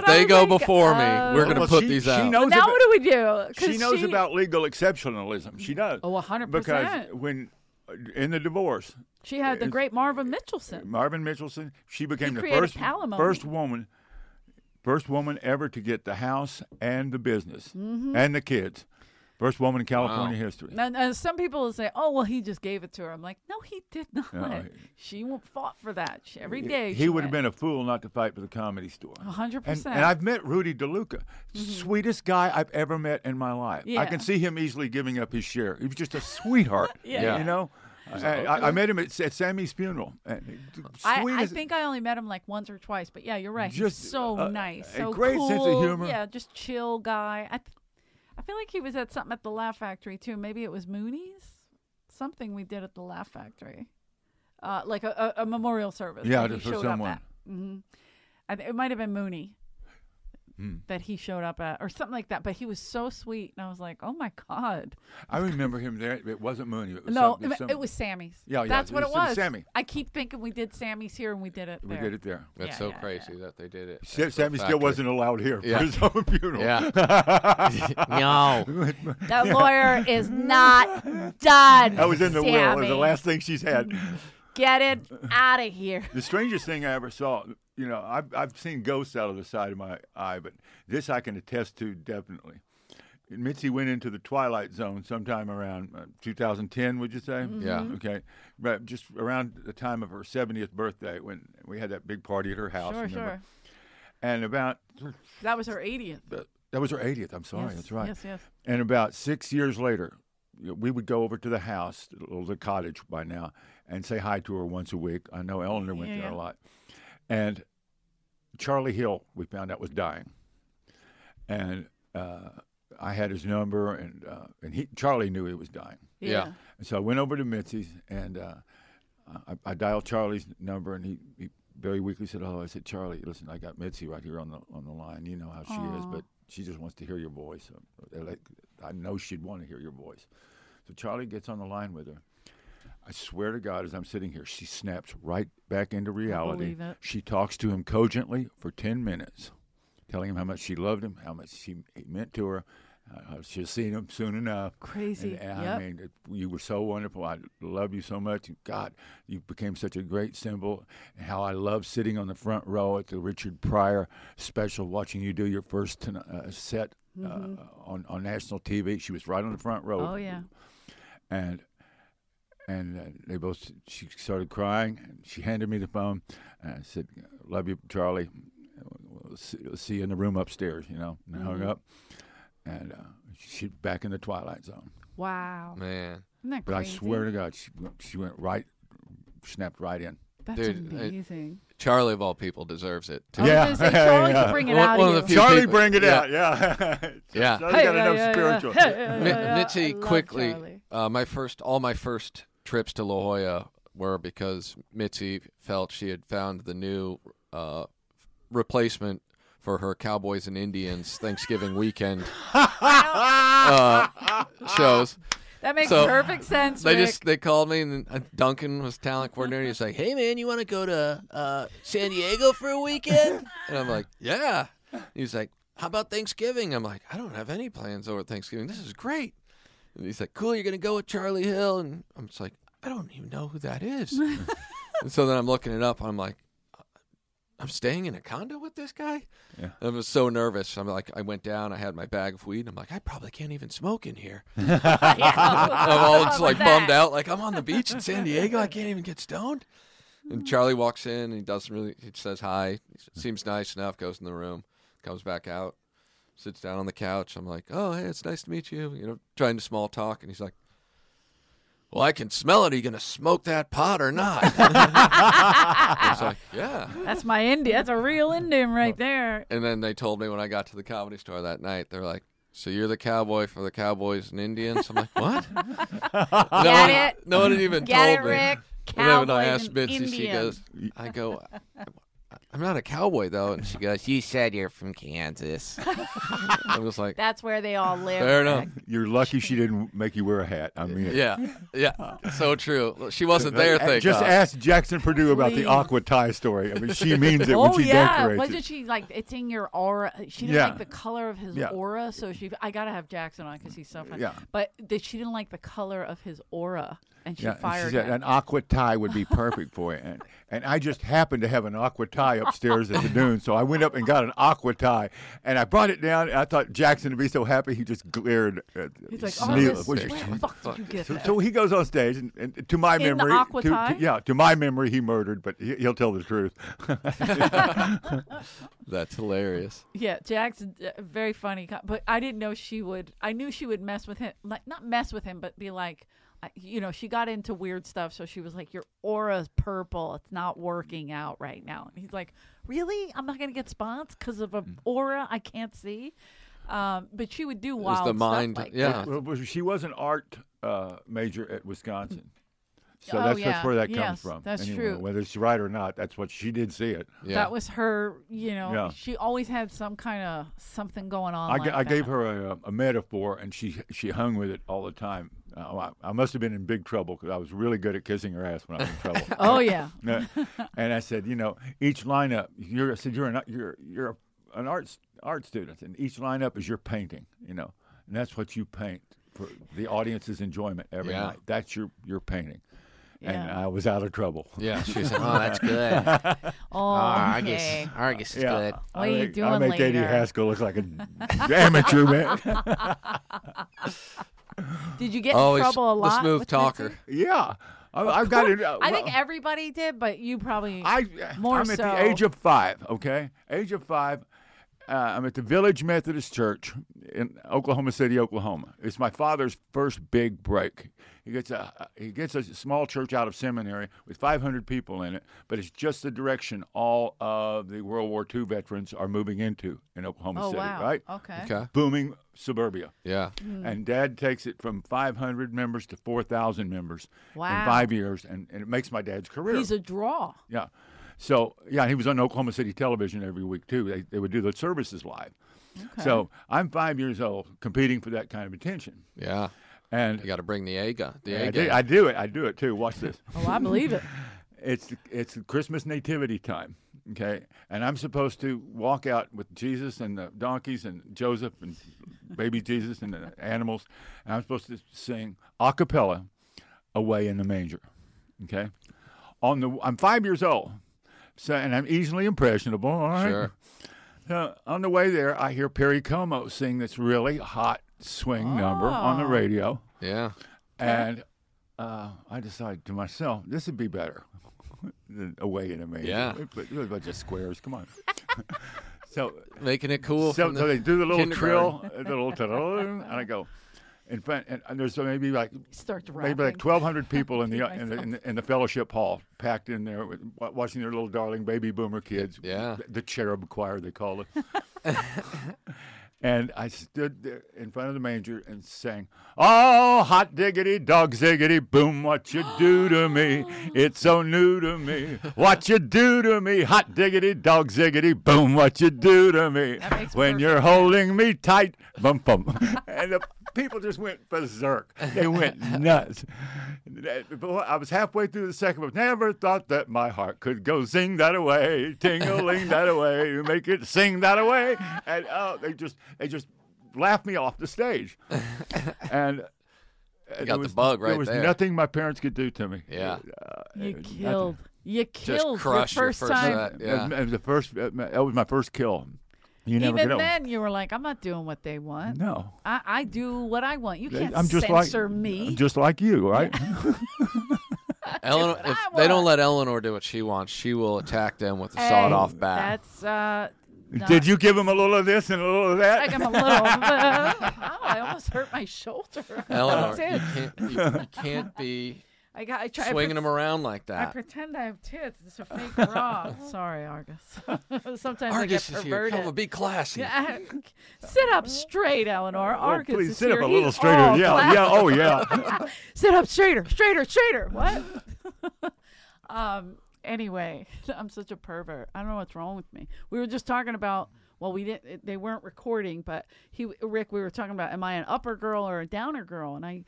B: But I
C: they
B: was
C: go
B: like, uh,
C: before me, we're going to
F: Well,
C: put
F: she-
C: these
F: she
C: out.
F: knows
B: now
F: about-
B: what do we do? 'Cause
F: she knows about legal exceptionalism. She does.
B: Oh, 100%.
F: Because when uh, in the divorce,
B: She had the
F: it's-
B: great Marvin Mitchelson.
F: Marvin Mitchelson, she became the
B: created
F: first
B: palimony.
F: first woman, first woman ever to get the house and the business
B: Mm-hmm.
F: and the kids. First woman in California history.
B: And, and some people will say, "Oh, well, he just gave it to her." I'm like, "No, he did not.
F: No, he-
B: she wa- fought for that She- every day."
F: He would have been a fool not to fight for the comedy store.
B: hundred
F: And,
B: percent. Mm-hmm.
F: and I've met Rudy DeLuca, sweetest guy I've ever met in my life.
B: Yeah.
F: I can see him easily giving up his share. He was just a sweetheart.
B: Yeah.
F: You know? I, I, I met him at, at Sammy's funeral. And sweetest,
B: I, I think I only met him like once or twice, but yeah, you're right. He's
F: Just,
B: so
F: uh,
B: nice,
F: a
B: so
F: great
B: cool.
F: sense of humor.
B: Yeah, just chill guy. I, th- I feel like he was at something at the Laugh Factory too. Maybe it was Mooney's, something we did at the Laugh Factory, uh, like a, a, a memorial service.
F: Yeah,
B: that he
F: just for
B: showed up
F: someone.
B: at. Mm-hmm. I th- it might have been Mooney
F: Hmm.
B: that he showed up at, or something like that. But he was so sweet, and I was like, "Oh my god!"
F: I remember him there. It wasn't Mooney. It was
B: No,
F: some-
B: it,
F: some-
B: it was Sammy's.
F: Yeah, yeah,
B: that's
F: it
B: what it
F: was some
B: was.
F: Sammy.
B: I keep thinking we did Sammy's here, and we did it.
F: We
B: there.
F: did it there.
C: That's
B: Yeah,
C: so
B: yeah,
C: crazy that they did it.
F: Sa-
C: at the
F: Sammy still
C: factory.
F: wasn't allowed here
C: Yeah.
F: for his own funeral.
C: Yeah.
D: No.
B: The lawyer is not done.
F: That was in the will. It was the last thing she's had.
B: Get it out of here.
F: The strangest thing I ever saw, you know, I've, I've seen ghosts out of the side of my eye, but this I can attest to definitely. Mitzi went into the twilight zone sometime around uh, 2010, would you say?
B: Mm-hmm.
C: Yeah. Mhm.
F: Okay. But just around the time of her 70th birthday when we had that big party at her house.
B: Sure, sure.
F: remember? And about
B: That was her 80th.
F: that- that was her 80th. I'm sorry.
B: Yes,
F: That's right.
B: yes, yes.
F: And about six years later, you know, we would go over to the house, or the cottage by now, and say hi to her once a week. I know Eleanor went
B: Yeah,
F: there
B: yeah.
F: a lot. And Charlie Hill, we found out was dying, and uh, I had his number, and uh, and he Charlie knew he was dying.
C: Yeah.
F: And so I went over to Mitzi's and uh, I, I dialed Charlie's number, and he, he very weakly said, "Oh, I said Charlie, listen, I got Mitzi right here on the on the line. You know how she is,
B: Aw.
F: but she just wants to hear your voice. Uh, like, I know she'd want to hear your voice." So Charlie gets on the line with her. I swear to God, as I'm sitting here, she snaps right back into reality.
B: believe it.
F: She talks to him cogently for ten minutes, telling him how much she loved him, how much she he meant to her. Uh, she'll see him soon enough.
B: Crazy.
F: And, and
B: Yep.
F: I mean, it- you were so wonderful. I love you so much. God, you became such a great symbol. And how I love sitting on the front row at the Richard Pryor special, watching you do your first ton- uh, set uh, on on national TV. She was right on the front row.
B: Mm-hmm. Oh, yeah.
F: And and uh, they both she started crying. And she handed me the phone. And I said, "Love you, Charlie. We'll see, we'll see you in the room upstairs." You know, and I
B: Mm-hmm.
F: hung up. And uh, she's back in the twilight zone.
B: Wow.
C: Man.
B: Isn't that
F: But
B: crazy?
F: I swear to God, she, she went right, snapped right in.
B: That's
C: Dude, I-
B: amazing.
C: Charlie of all people deserves it.
B: I was
F: Yeah.
B: gonna say, Charlie
F: Yeah.
B: can bring it
C: One-
B: out
C: one
B: of
C: of the
B: you.
C: few- Charlie, people- bring it yeah. out,
F: Yeah.
C: Yeah.
F: Charlie's
B: Hey,
F: got
B: yeah,
F: enough
B: yeah, yeah.
F: spiritual.
B: Hey, yeah,
C: Mi-
B: yeah, yeah. I
C: Mitzi,
B: love Charlie.
C: quickly, uh, my first, all my first trips to La Jolla were because Mitzi felt she had found the new uh, replacement for her Cowboys and Indians Thanksgiving weekend uh, shows.
B: That makes
C: So,
B: perfect sense.
C: They
B: Rick.
C: just they called me and uh, Duncan was talent coordinator. He's like, "Hey man, you want to go to uh, San Diego for a weekend?" And I'm like, "Yeah." He's like, "How about Thanksgiving?" I'm like, "I don't have any plans over Thanksgiving. This is great." And he's like, "Cool, you're gonna go with Charlie Hill," and I'm just like, "I don't even know who that is." and so then I'm looking it up. I'm like, "Uh, "I'm staying in a condo with this guy."
F: Yeah.
C: And I was so nervous. I'm like, I went down. I had my bag of weed. And I'm like, I probably can't even smoke in here. I'm all just like bummed out. Like I'm on the beach in San Diego. I can't even get stoned. And Charlie walks in and he doesn't really. He says hi. He seems nice enough. Goes in the room. Comes back out. Sits down on the couch. I'm like, oh hey, it's nice to meet you. You know, trying to small talk. And he's like, well, I can smell it. Are you gonna smoke that pot or not? I was like, yeah.
B: That's my Indian. That's a real Indian right there.
C: And then they told me when I got to the comedy store that night, they're like, "So you're the cowboy for the Cowboys and Indians?" I'm like, "What?" no, one,
B: it?
C: no one had even
B: Get
C: told
B: it,
C: me.
B: Rick?
C: And then when I
B: Cowboys
C: asked
B: and
C: Mitzi, she
B: Indians.
C: goes, "I go, I'm not a cowboy though," and she goes,
D: You said you're from Kansas. Oh,
C: "I'm just like,
B: That's where they all live.
C: fair enough."
F: You're lucky she didn't make you wear a hat. I mean,
C: Yeah, yeah, so true. She wasn't there. Thank
F: Just
C: God.
F: ask Jackson Purdue about the
B: Please.
F: aqua tie story. I mean, she means it
B: oh
F: when she
B: yeah,
F: decorates
B: wasn't
F: it.
B: she like? It's in your aura. She didn't
F: Yeah.
B: like the color of his
F: Yeah.
B: aura, so she. I gotta have Jackson on because he's so funny.
F: Yeah.
B: But that she didn't like the color of his aura, and she
F: Yeah, and
B: fired
F: said
B: him.
F: an aqua tie would be perfect for you. And, and I just happened to have an aqua tie upstairs at the noon, so I went up and got an aqua tie, and I brought it down. And I thought Jackson would be so happy, he just glared. At,
B: he's like, oh,
F: sneered.
B: this,
F: Which-
B: where the fuck did you get
F: So,
B: that?
F: so he goes on stage, and, and to my
B: In the
F: memory,
B: aqua
F: to- to-
B: tie?
F: yeah, to my memory, he murdered, but he, he'll tell the truth.
C: That's hilarious.
B: Yeah, Jackson, uh, very funny. co- But I didn't know she would. I knew she would mess with him, like not mess with him, but be like, I- you know, she got into weird stuff. So she was like, "Your aura's purple. It's not working out right now." And he's like, "Really? I'm not gonna get spots because of
F: Mm.
B: an aura I can't see." Um, but she would do
C: It was
B: wild
C: the mind.
B: stuff like
C: yeah,
F: Well, well, she was an art uh, major at Wisconsin. So
B: Oh,
F: that's,
B: yeah.
F: that's where that comes
B: Yes,
F: from.
B: that's
F: anyway.
B: true.
F: Whether she's right or not, that's what she did see it.
C: yeah.
B: That was her, you know.
F: Yeah.
B: She always had some kind of something going on.
F: I,
B: like
F: ga- I gave
B: that.
F: her a, a metaphor, and she she hung with it all the time. Uh, I, I must have been in big trouble because I was really good at kissing her ass when I was in trouble.
B: Oh yeah,
F: Yeah. and I said, you know, each lineup, you're I said you're an you're you're an arts art student, and each lineup is your painting, you know, and that's what you paint for the audience's enjoyment every
C: Yeah.
F: night. That's your your painting. and uh,
B: Yeah.
F: I was out of trouble.
C: Yeah, she said,
D: Oh, that's good. Oh,
C: Ah,
B: Oh,
D: Argus.
B: okay.
D: Argus is good.
B: What are you
F: make, I
B: doing
F: make Eddie
B: later?
F: Haskell look like an amateur man.
B: Did you get in
C: always
B: trouble a
C: the
B: lot?
C: smooth
B: with Mitzi?
C: talker.
F: yeah, I, I've got it. uh,
B: I
F: well,
B: think everybody did, but you probably.
F: I
B: More
F: I'm at
B: so.
F: the age of five. Okay, age of five. Uh, I'm at the Village Methodist Church in Oklahoma City, Oklahoma. It's my father's first big break. He gets a he gets a small church out of seminary with 500 people in it, but it's just the direction all of the World War II veterans are moving into in Oklahoma
B: oh Hmm.
F: City.
B: wow.
F: Right,
B: Okay.
C: Okay.
F: booming suburbia.
C: Yeah.
F: And dad takes it from 500 members to 4,000 members
B: Wow.
F: in five years, and, and it makes my dad's career.
B: He's a draw.
F: Yeah. So yeah, he was on Oklahoma City television every week too. They, they would do the services live. So I'm five years old competing for that kind of attention,
C: Yeah.
F: and
C: You got to bring the A gun. The
F: I,
C: A
F: do,
C: game.
F: I do it. I do it too. Watch this.
B: Oh, I believe it.
F: It's it's Christmas nativity time, okay? And I'm supposed to walk out with Jesus and the donkeys and Joseph and baby Jesus and the animals, and I'm supposed to sing a cappella, "Away in the Manger," okay? On the I'm five years old, so and I'm easily impressionable. All right.
C: Sure.
F: So on the way there, I hear Perry Como sing this really hot swing number on the
B: Oh.
F: radio.
C: Yeah. Uh-huh.
F: And uh, I decided to myself, this would be better than away in a maze.
C: Yeah.
F: But it was a bunch of squares. Come on. so,
C: Making it cool.
F: so,
C: from the
F: so they do the little
C: kindergarten.
F: trill, the little ta-da, and I go. In front, and and there's maybe like
B: Start to
F: maybe like
B: rapping.
F: 1,200 people in the,
B: Repeat
F: in the
B: myself.
F: in the in the fellowship hall, packed in there, with, wa- watching their little darling baby boomer kids.
C: Yeah.
F: the, the cherub choir they call it. And I stood there in front of the manger and sang, Oh, hot diggity, dog ziggity, boom, what you do to me. It's so new to me. What you do to me, hot diggity, dog ziggity, boom, what you do to me.
B: That makes
F: When you're holding me tight, bum, bum. and the people just went berserk. They went nuts. Before- uh, I was halfway through the second one. Never thought that my heart could go sing that away, tingling that away, make it sing that away. And oh, they just they just laughed me off the stage. And you
C: got the bug right
F: There was
C: there.
F: nothing my parents could do to me. Uh,
C: Yeah.
B: You killed. You
C: Just
B: killed
C: crush
B: your
C: your
B: first
C: first
B: time.
C: set.
F: It was-
C: Yeah.
F: It was the first. That was my first kill. You never
B: Even
F: get
B: then, you were like, "I'm not doing what they want.
F: No.
B: I, I do what I want. You can't
F: I'm just like
B: censor me."
F: I'm just like you, right?
C: Eleanor, if
B: I
C: they don't
B: want.
C: let Eleanor do what she wants, she will attack them with a sawed-off bat.
B: That's uh. not-
F: Did you give him a little of this and a little of that?
B: Like I'm a little. oh, I almost hurt my shoulder.
C: Eleanor, you
B: That's it.
C: can't, you, you can't be
B: I got. I try.
C: swinging
B: I,
C: them around like
B: I
C: that.
B: pretend I have tits. It's a fake bra. Sorry, Argus. Sometimes I
C: Argus Oh, is
B: get
C: here.
B: perverted.
C: Come on, be classy.
B: Yeah, sit up straight, Eleanor.
F: Oh,
B: Argus
F: please
B: is
F: sit
B: here.
F: up a
B: He's
F: little straighter.
B: all
F: yeah,
B: black.
F: yeah, oh yeah.
B: Sit up straighter, straighter, straighter. What? um. Anyway, I'm such a pervert. I don't know what's wrong with me. We were just talking about. Well, we didn't. it- They weren't recording, but he, Rick, we were talking about. Am I an upper girl or a downer girl? And I,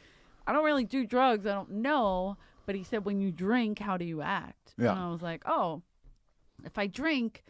B: I don't really do drugs. I don't know. But he said, when you drink, how do you act?
F: Yeah.
B: And I was like, oh, if I drink,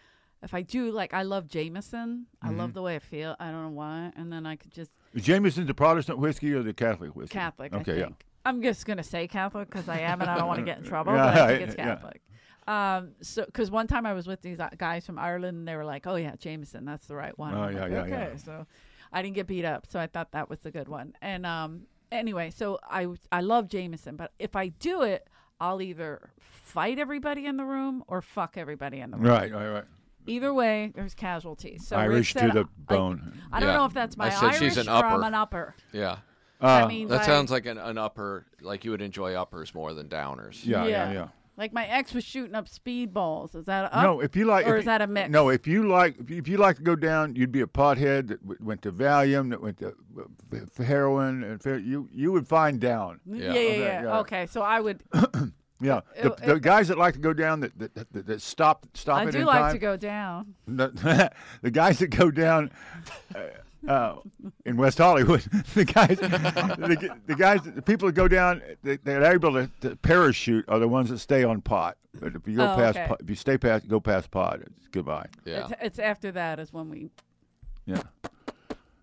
B: if I do, like I love Jameson. I love the way I feel. I don't know why. And then I could just
F: Is Jameson's the Protestant whiskey or the Catholic whiskey?
B: Catholic.
F: Okay,
B: I
F: yeah.
B: think. I'm just gonna say Catholic because I am, and I don't want to get in trouble.
F: Yeah,
B: but I think it's
F: yeah.
B: Catholic. Um, so because one time I was with these uh, guys from Ireland, and they were like, "Oh yeah, Jameson, that's the right one."
F: Oh,
B: I'm
F: yeah,
B: like,
F: yeah,
B: okay.
F: yeah.
B: So I didn't get beat up, so I thought that was the good one. And um, anyway, so I w- I love Jameson, but if I do it, I'll either fight everybody in the room or fuck everybody in the room.
F: Right, right, right.
B: Either way, there's casualties. So Rick
F: Irish to
B: said,
F: the
B: like,
F: bone.
B: I don't
C: Yeah.
B: know if that's my
C: I said
B: Irish
C: she's an
B: or I'm
C: upper.
B: an upper.
C: yeah.
B: I
F: Uh,
B: mean,
C: That
B: like-
C: sounds like an, an upper, like you would enjoy uppers more than downers.
F: yeah, yeah, yeah.
B: Like my ex was shooting up speed balls. Is that up?
F: no, if you like,
B: or
F: if
B: is
F: you-
B: that a mix?
F: No, if you like, if you, if you like to go down, you'd be a pothead that w- went to Valium, that went to uh, f- heroin, and fer- you you would find down.
B: Yeah, yeah, yeah.
C: Yeah.
F: Okay, yeah.
B: Okay, so I would.
F: Yeah, the,
B: It-
F: the
B: it-
F: guys that like to go down, that that, that, that stop stop
B: I
F: it
B: do
F: in
B: like
F: time,
B: to go down.
F: the, the guys that go down uh, uh, in West Hollywood, the guys, the, the guys, the people that go down, they, they're able to, to parachute are the ones that stay on pot. But if you go
B: Oh,
F: past,
B: okay.
F: pot, if you stay past, go past pot, it's goodbye.
C: Yeah.
B: It's, it's after that is when we.
F: Yeah.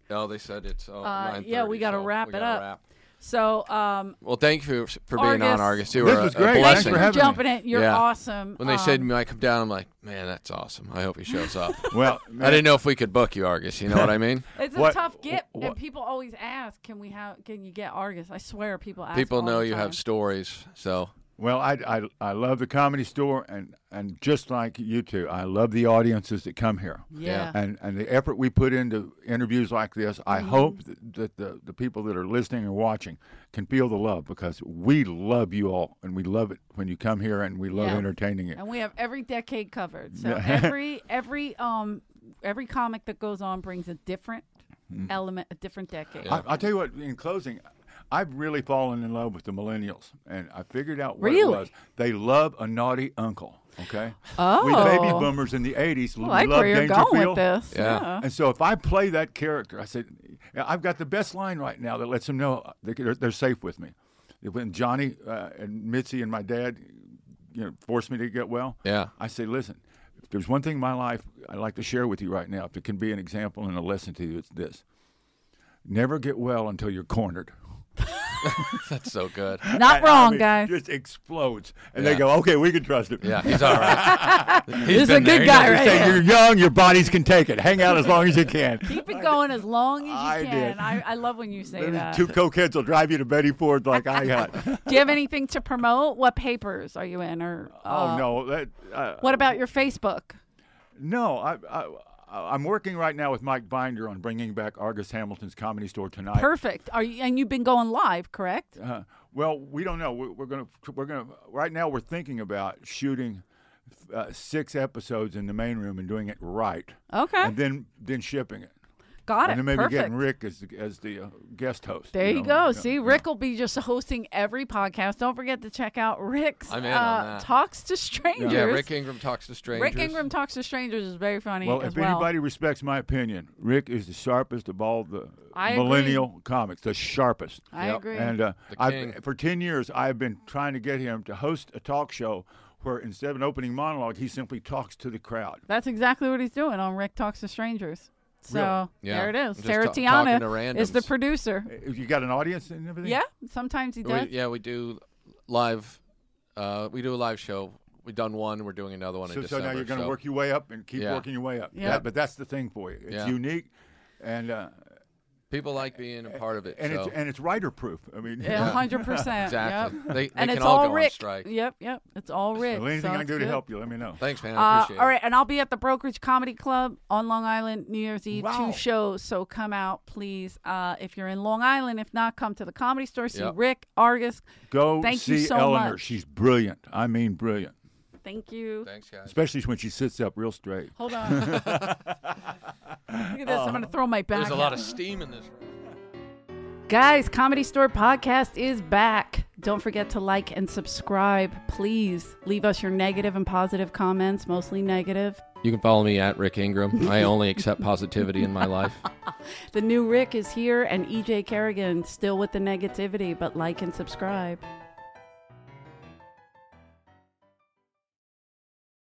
C: Oh, they said it's. Oh,
B: Uh, yeah, we gotta wrap it up. So, um,
C: Well, thank you for for being on, Argus. You
F: This
C: were a-
F: was
C: a
F: great. Thanks
C: blessing.
F: for having me.
B: Jumping in. You're awesome.
C: When they said
B: Um,
C: you might come down, I'm like, man, that's awesome. I hope he shows up.
F: Well,
C: I didn't know if we could book you, Argus. You know what I mean?
B: it's a
F: What-
B: tough get,
F: wh-
B: and people always ask, "Can we have? Can you get Argus?" I swear, people ask.
C: People
B: all
C: know
B: the
C: you
B: time.
C: have stories, so
F: Well, I, I, I love the comedy store, and, and just like you two, I love the audiences that come here.
B: Yeah. Mm-hmm.
F: And, and the effort we put into interviews like this, I hope th- that the, the people that are listening and watching can feel the love because we love you all, and we love it when you come here, and we love
B: Yeah.
F: entertaining it.
B: and we have every decade covered. So every every um every comic that goes on brings a different
F: Mm-hmm.
B: element, a different decade.
F: I, I'll tell you what. In closing, I've really fallen in love with the millennials, and I figured out what it
B: Really?
F: was. They love a naughty uncle. Okay. We
B: Oh.
F: baby boomers in the '80s
B: I like
F: loved
B: where you're going
F: Dangerfield.
B: with this.
C: Yeah.
F: And so if I play that character, I said, I've got the best line right now that lets them know they're, they're safe with me. When Johnny uh, and Mitzi and my dad, you know, forced me to get well,
C: Yeah.
F: I say, listen, if there's one thing in my life I'd like to share with you right now, if it can be an example and a lesson to you, it's this: never get well until you're cornered.
C: that's so good.
B: Not
F: I- I
B: wrong,
F: mean,
B: guys.
F: Just explodes, and
C: Yeah.
F: they go, okay, we can trust him.
C: Yeah, he's all right.
B: This is a good guy,
F: They
B: right?
F: say, you're young, your bodies can take it. Hang out as long as you can.
B: Keep it going as long as you
F: I
B: can.
F: did.
B: I, I love when you say
F: Those
B: that.
F: Two cokeheads will drive you to Betty Ford like I got.
B: Do you have anything to promote? What papers are you in, or
F: oh
B: uh,
F: no, that uh,
B: What about your Facebook?
F: no. I, I I'm working right now with Mike Binder on bringing back Argus Hamilton's Comedy Store tonight.
B: Perfect. Are you and you've been going live, correct?
F: Uh, well, we don't know. We're, we're gonna we're gonna right now. We're thinking about shooting uh, six episodes in the main room and doing it right,
B: Okay,
F: and then then shipping it.
B: got it.
F: and then maybe
B: Perfect.
F: getting Rick as the, as the uh, guest host.
B: There you,
F: know,
B: go.
F: yeah.
B: See, Rick will be just hosting every podcast. Don't forget to check out Rick's
C: I'm in
B: uh,
C: on that.
B: Talks to Strangers.
C: Yeah, Rick Ingram talks to strangers.
B: Rick Ingram Talks to Strangers is very funny
F: Well,
B: as
F: if
B: well.
F: anybody respects my opinion, Rick is the sharpest of all the
E: I agree.
F: millennial comics. The sharpest.
B: I
C: Yep.
B: agree.
F: And uh,
C: The king.
F: I've, for 10 years, I've been trying to get him to host a talk show where instead of an opening monologue, he simply talks to the crowd.
B: That's exactly what he's doing on Rick Talks to Strangers. So
C: Yeah.
B: there it is.
C: Just
B: Sarah
C: ta- talking to
B: Tiana is
C: randoms.
B: the producer.
F: Uh, You got an audience and everything?
B: Yeah, sometimes he
C: We-
B: does.
C: yeah, we do live. Uh, we do a live show. We've done one. We're doing another one
F: So,
C: in
F: so
C: December.
F: now you're going to
C: so-
F: work your way up and keep
C: Yeah.
F: working your way up.
B: Yeah.
F: That- but that's the thing for you. It's
C: Yeah.
F: unique and. Uh,
C: People like being a part of it.
F: and
C: so.
F: it's and it's writer proof. I mean,
B: Yeah, hundred percent.
C: exactly.
B: Yep.
C: They, they
B: And
C: can
B: it's
C: all,
B: all
C: go on
B: Rick.
C: strike.
B: Yep, yep. It's all Rick.
F: anything
B: so
F: I can
B: it's
F: do to
B: good.
F: help you, let me know.
C: Thanks, man. I
B: Uh,
C: appreciate
B: all
C: it.
B: right, and I'll be at the Brokerage Comedy Club on Long Island New Year's Eve.
F: Wow.
B: Two shows, so come out, please. Uh, if you're in Long Island, if not, come to the Comedy Store. See
C: Yep.
B: Rick Argus.
F: Go
B: Thank you
F: see
B: so
F: Eleanor.
B: much.
F: She's brilliant. I mean, brilliant.
B: Thank you.
C: Thanks, guys.
F: Especially when she sits up real straight.
B: Hold on. Look at this. I'm going to throw my back.
C: There's a lot
B: out.
C: of steam in this room.
B: Guys, Comedy Store Podcast is back. Don't forget to like and subscribe, please. Leave us your negative and positive comments, mostly negative.
C: You can follow me at Rick Ingram. I only accept positivity in my life.
B: E The new Rick is here, and EJ Kerrigan still with the negativity, but like and subscribe.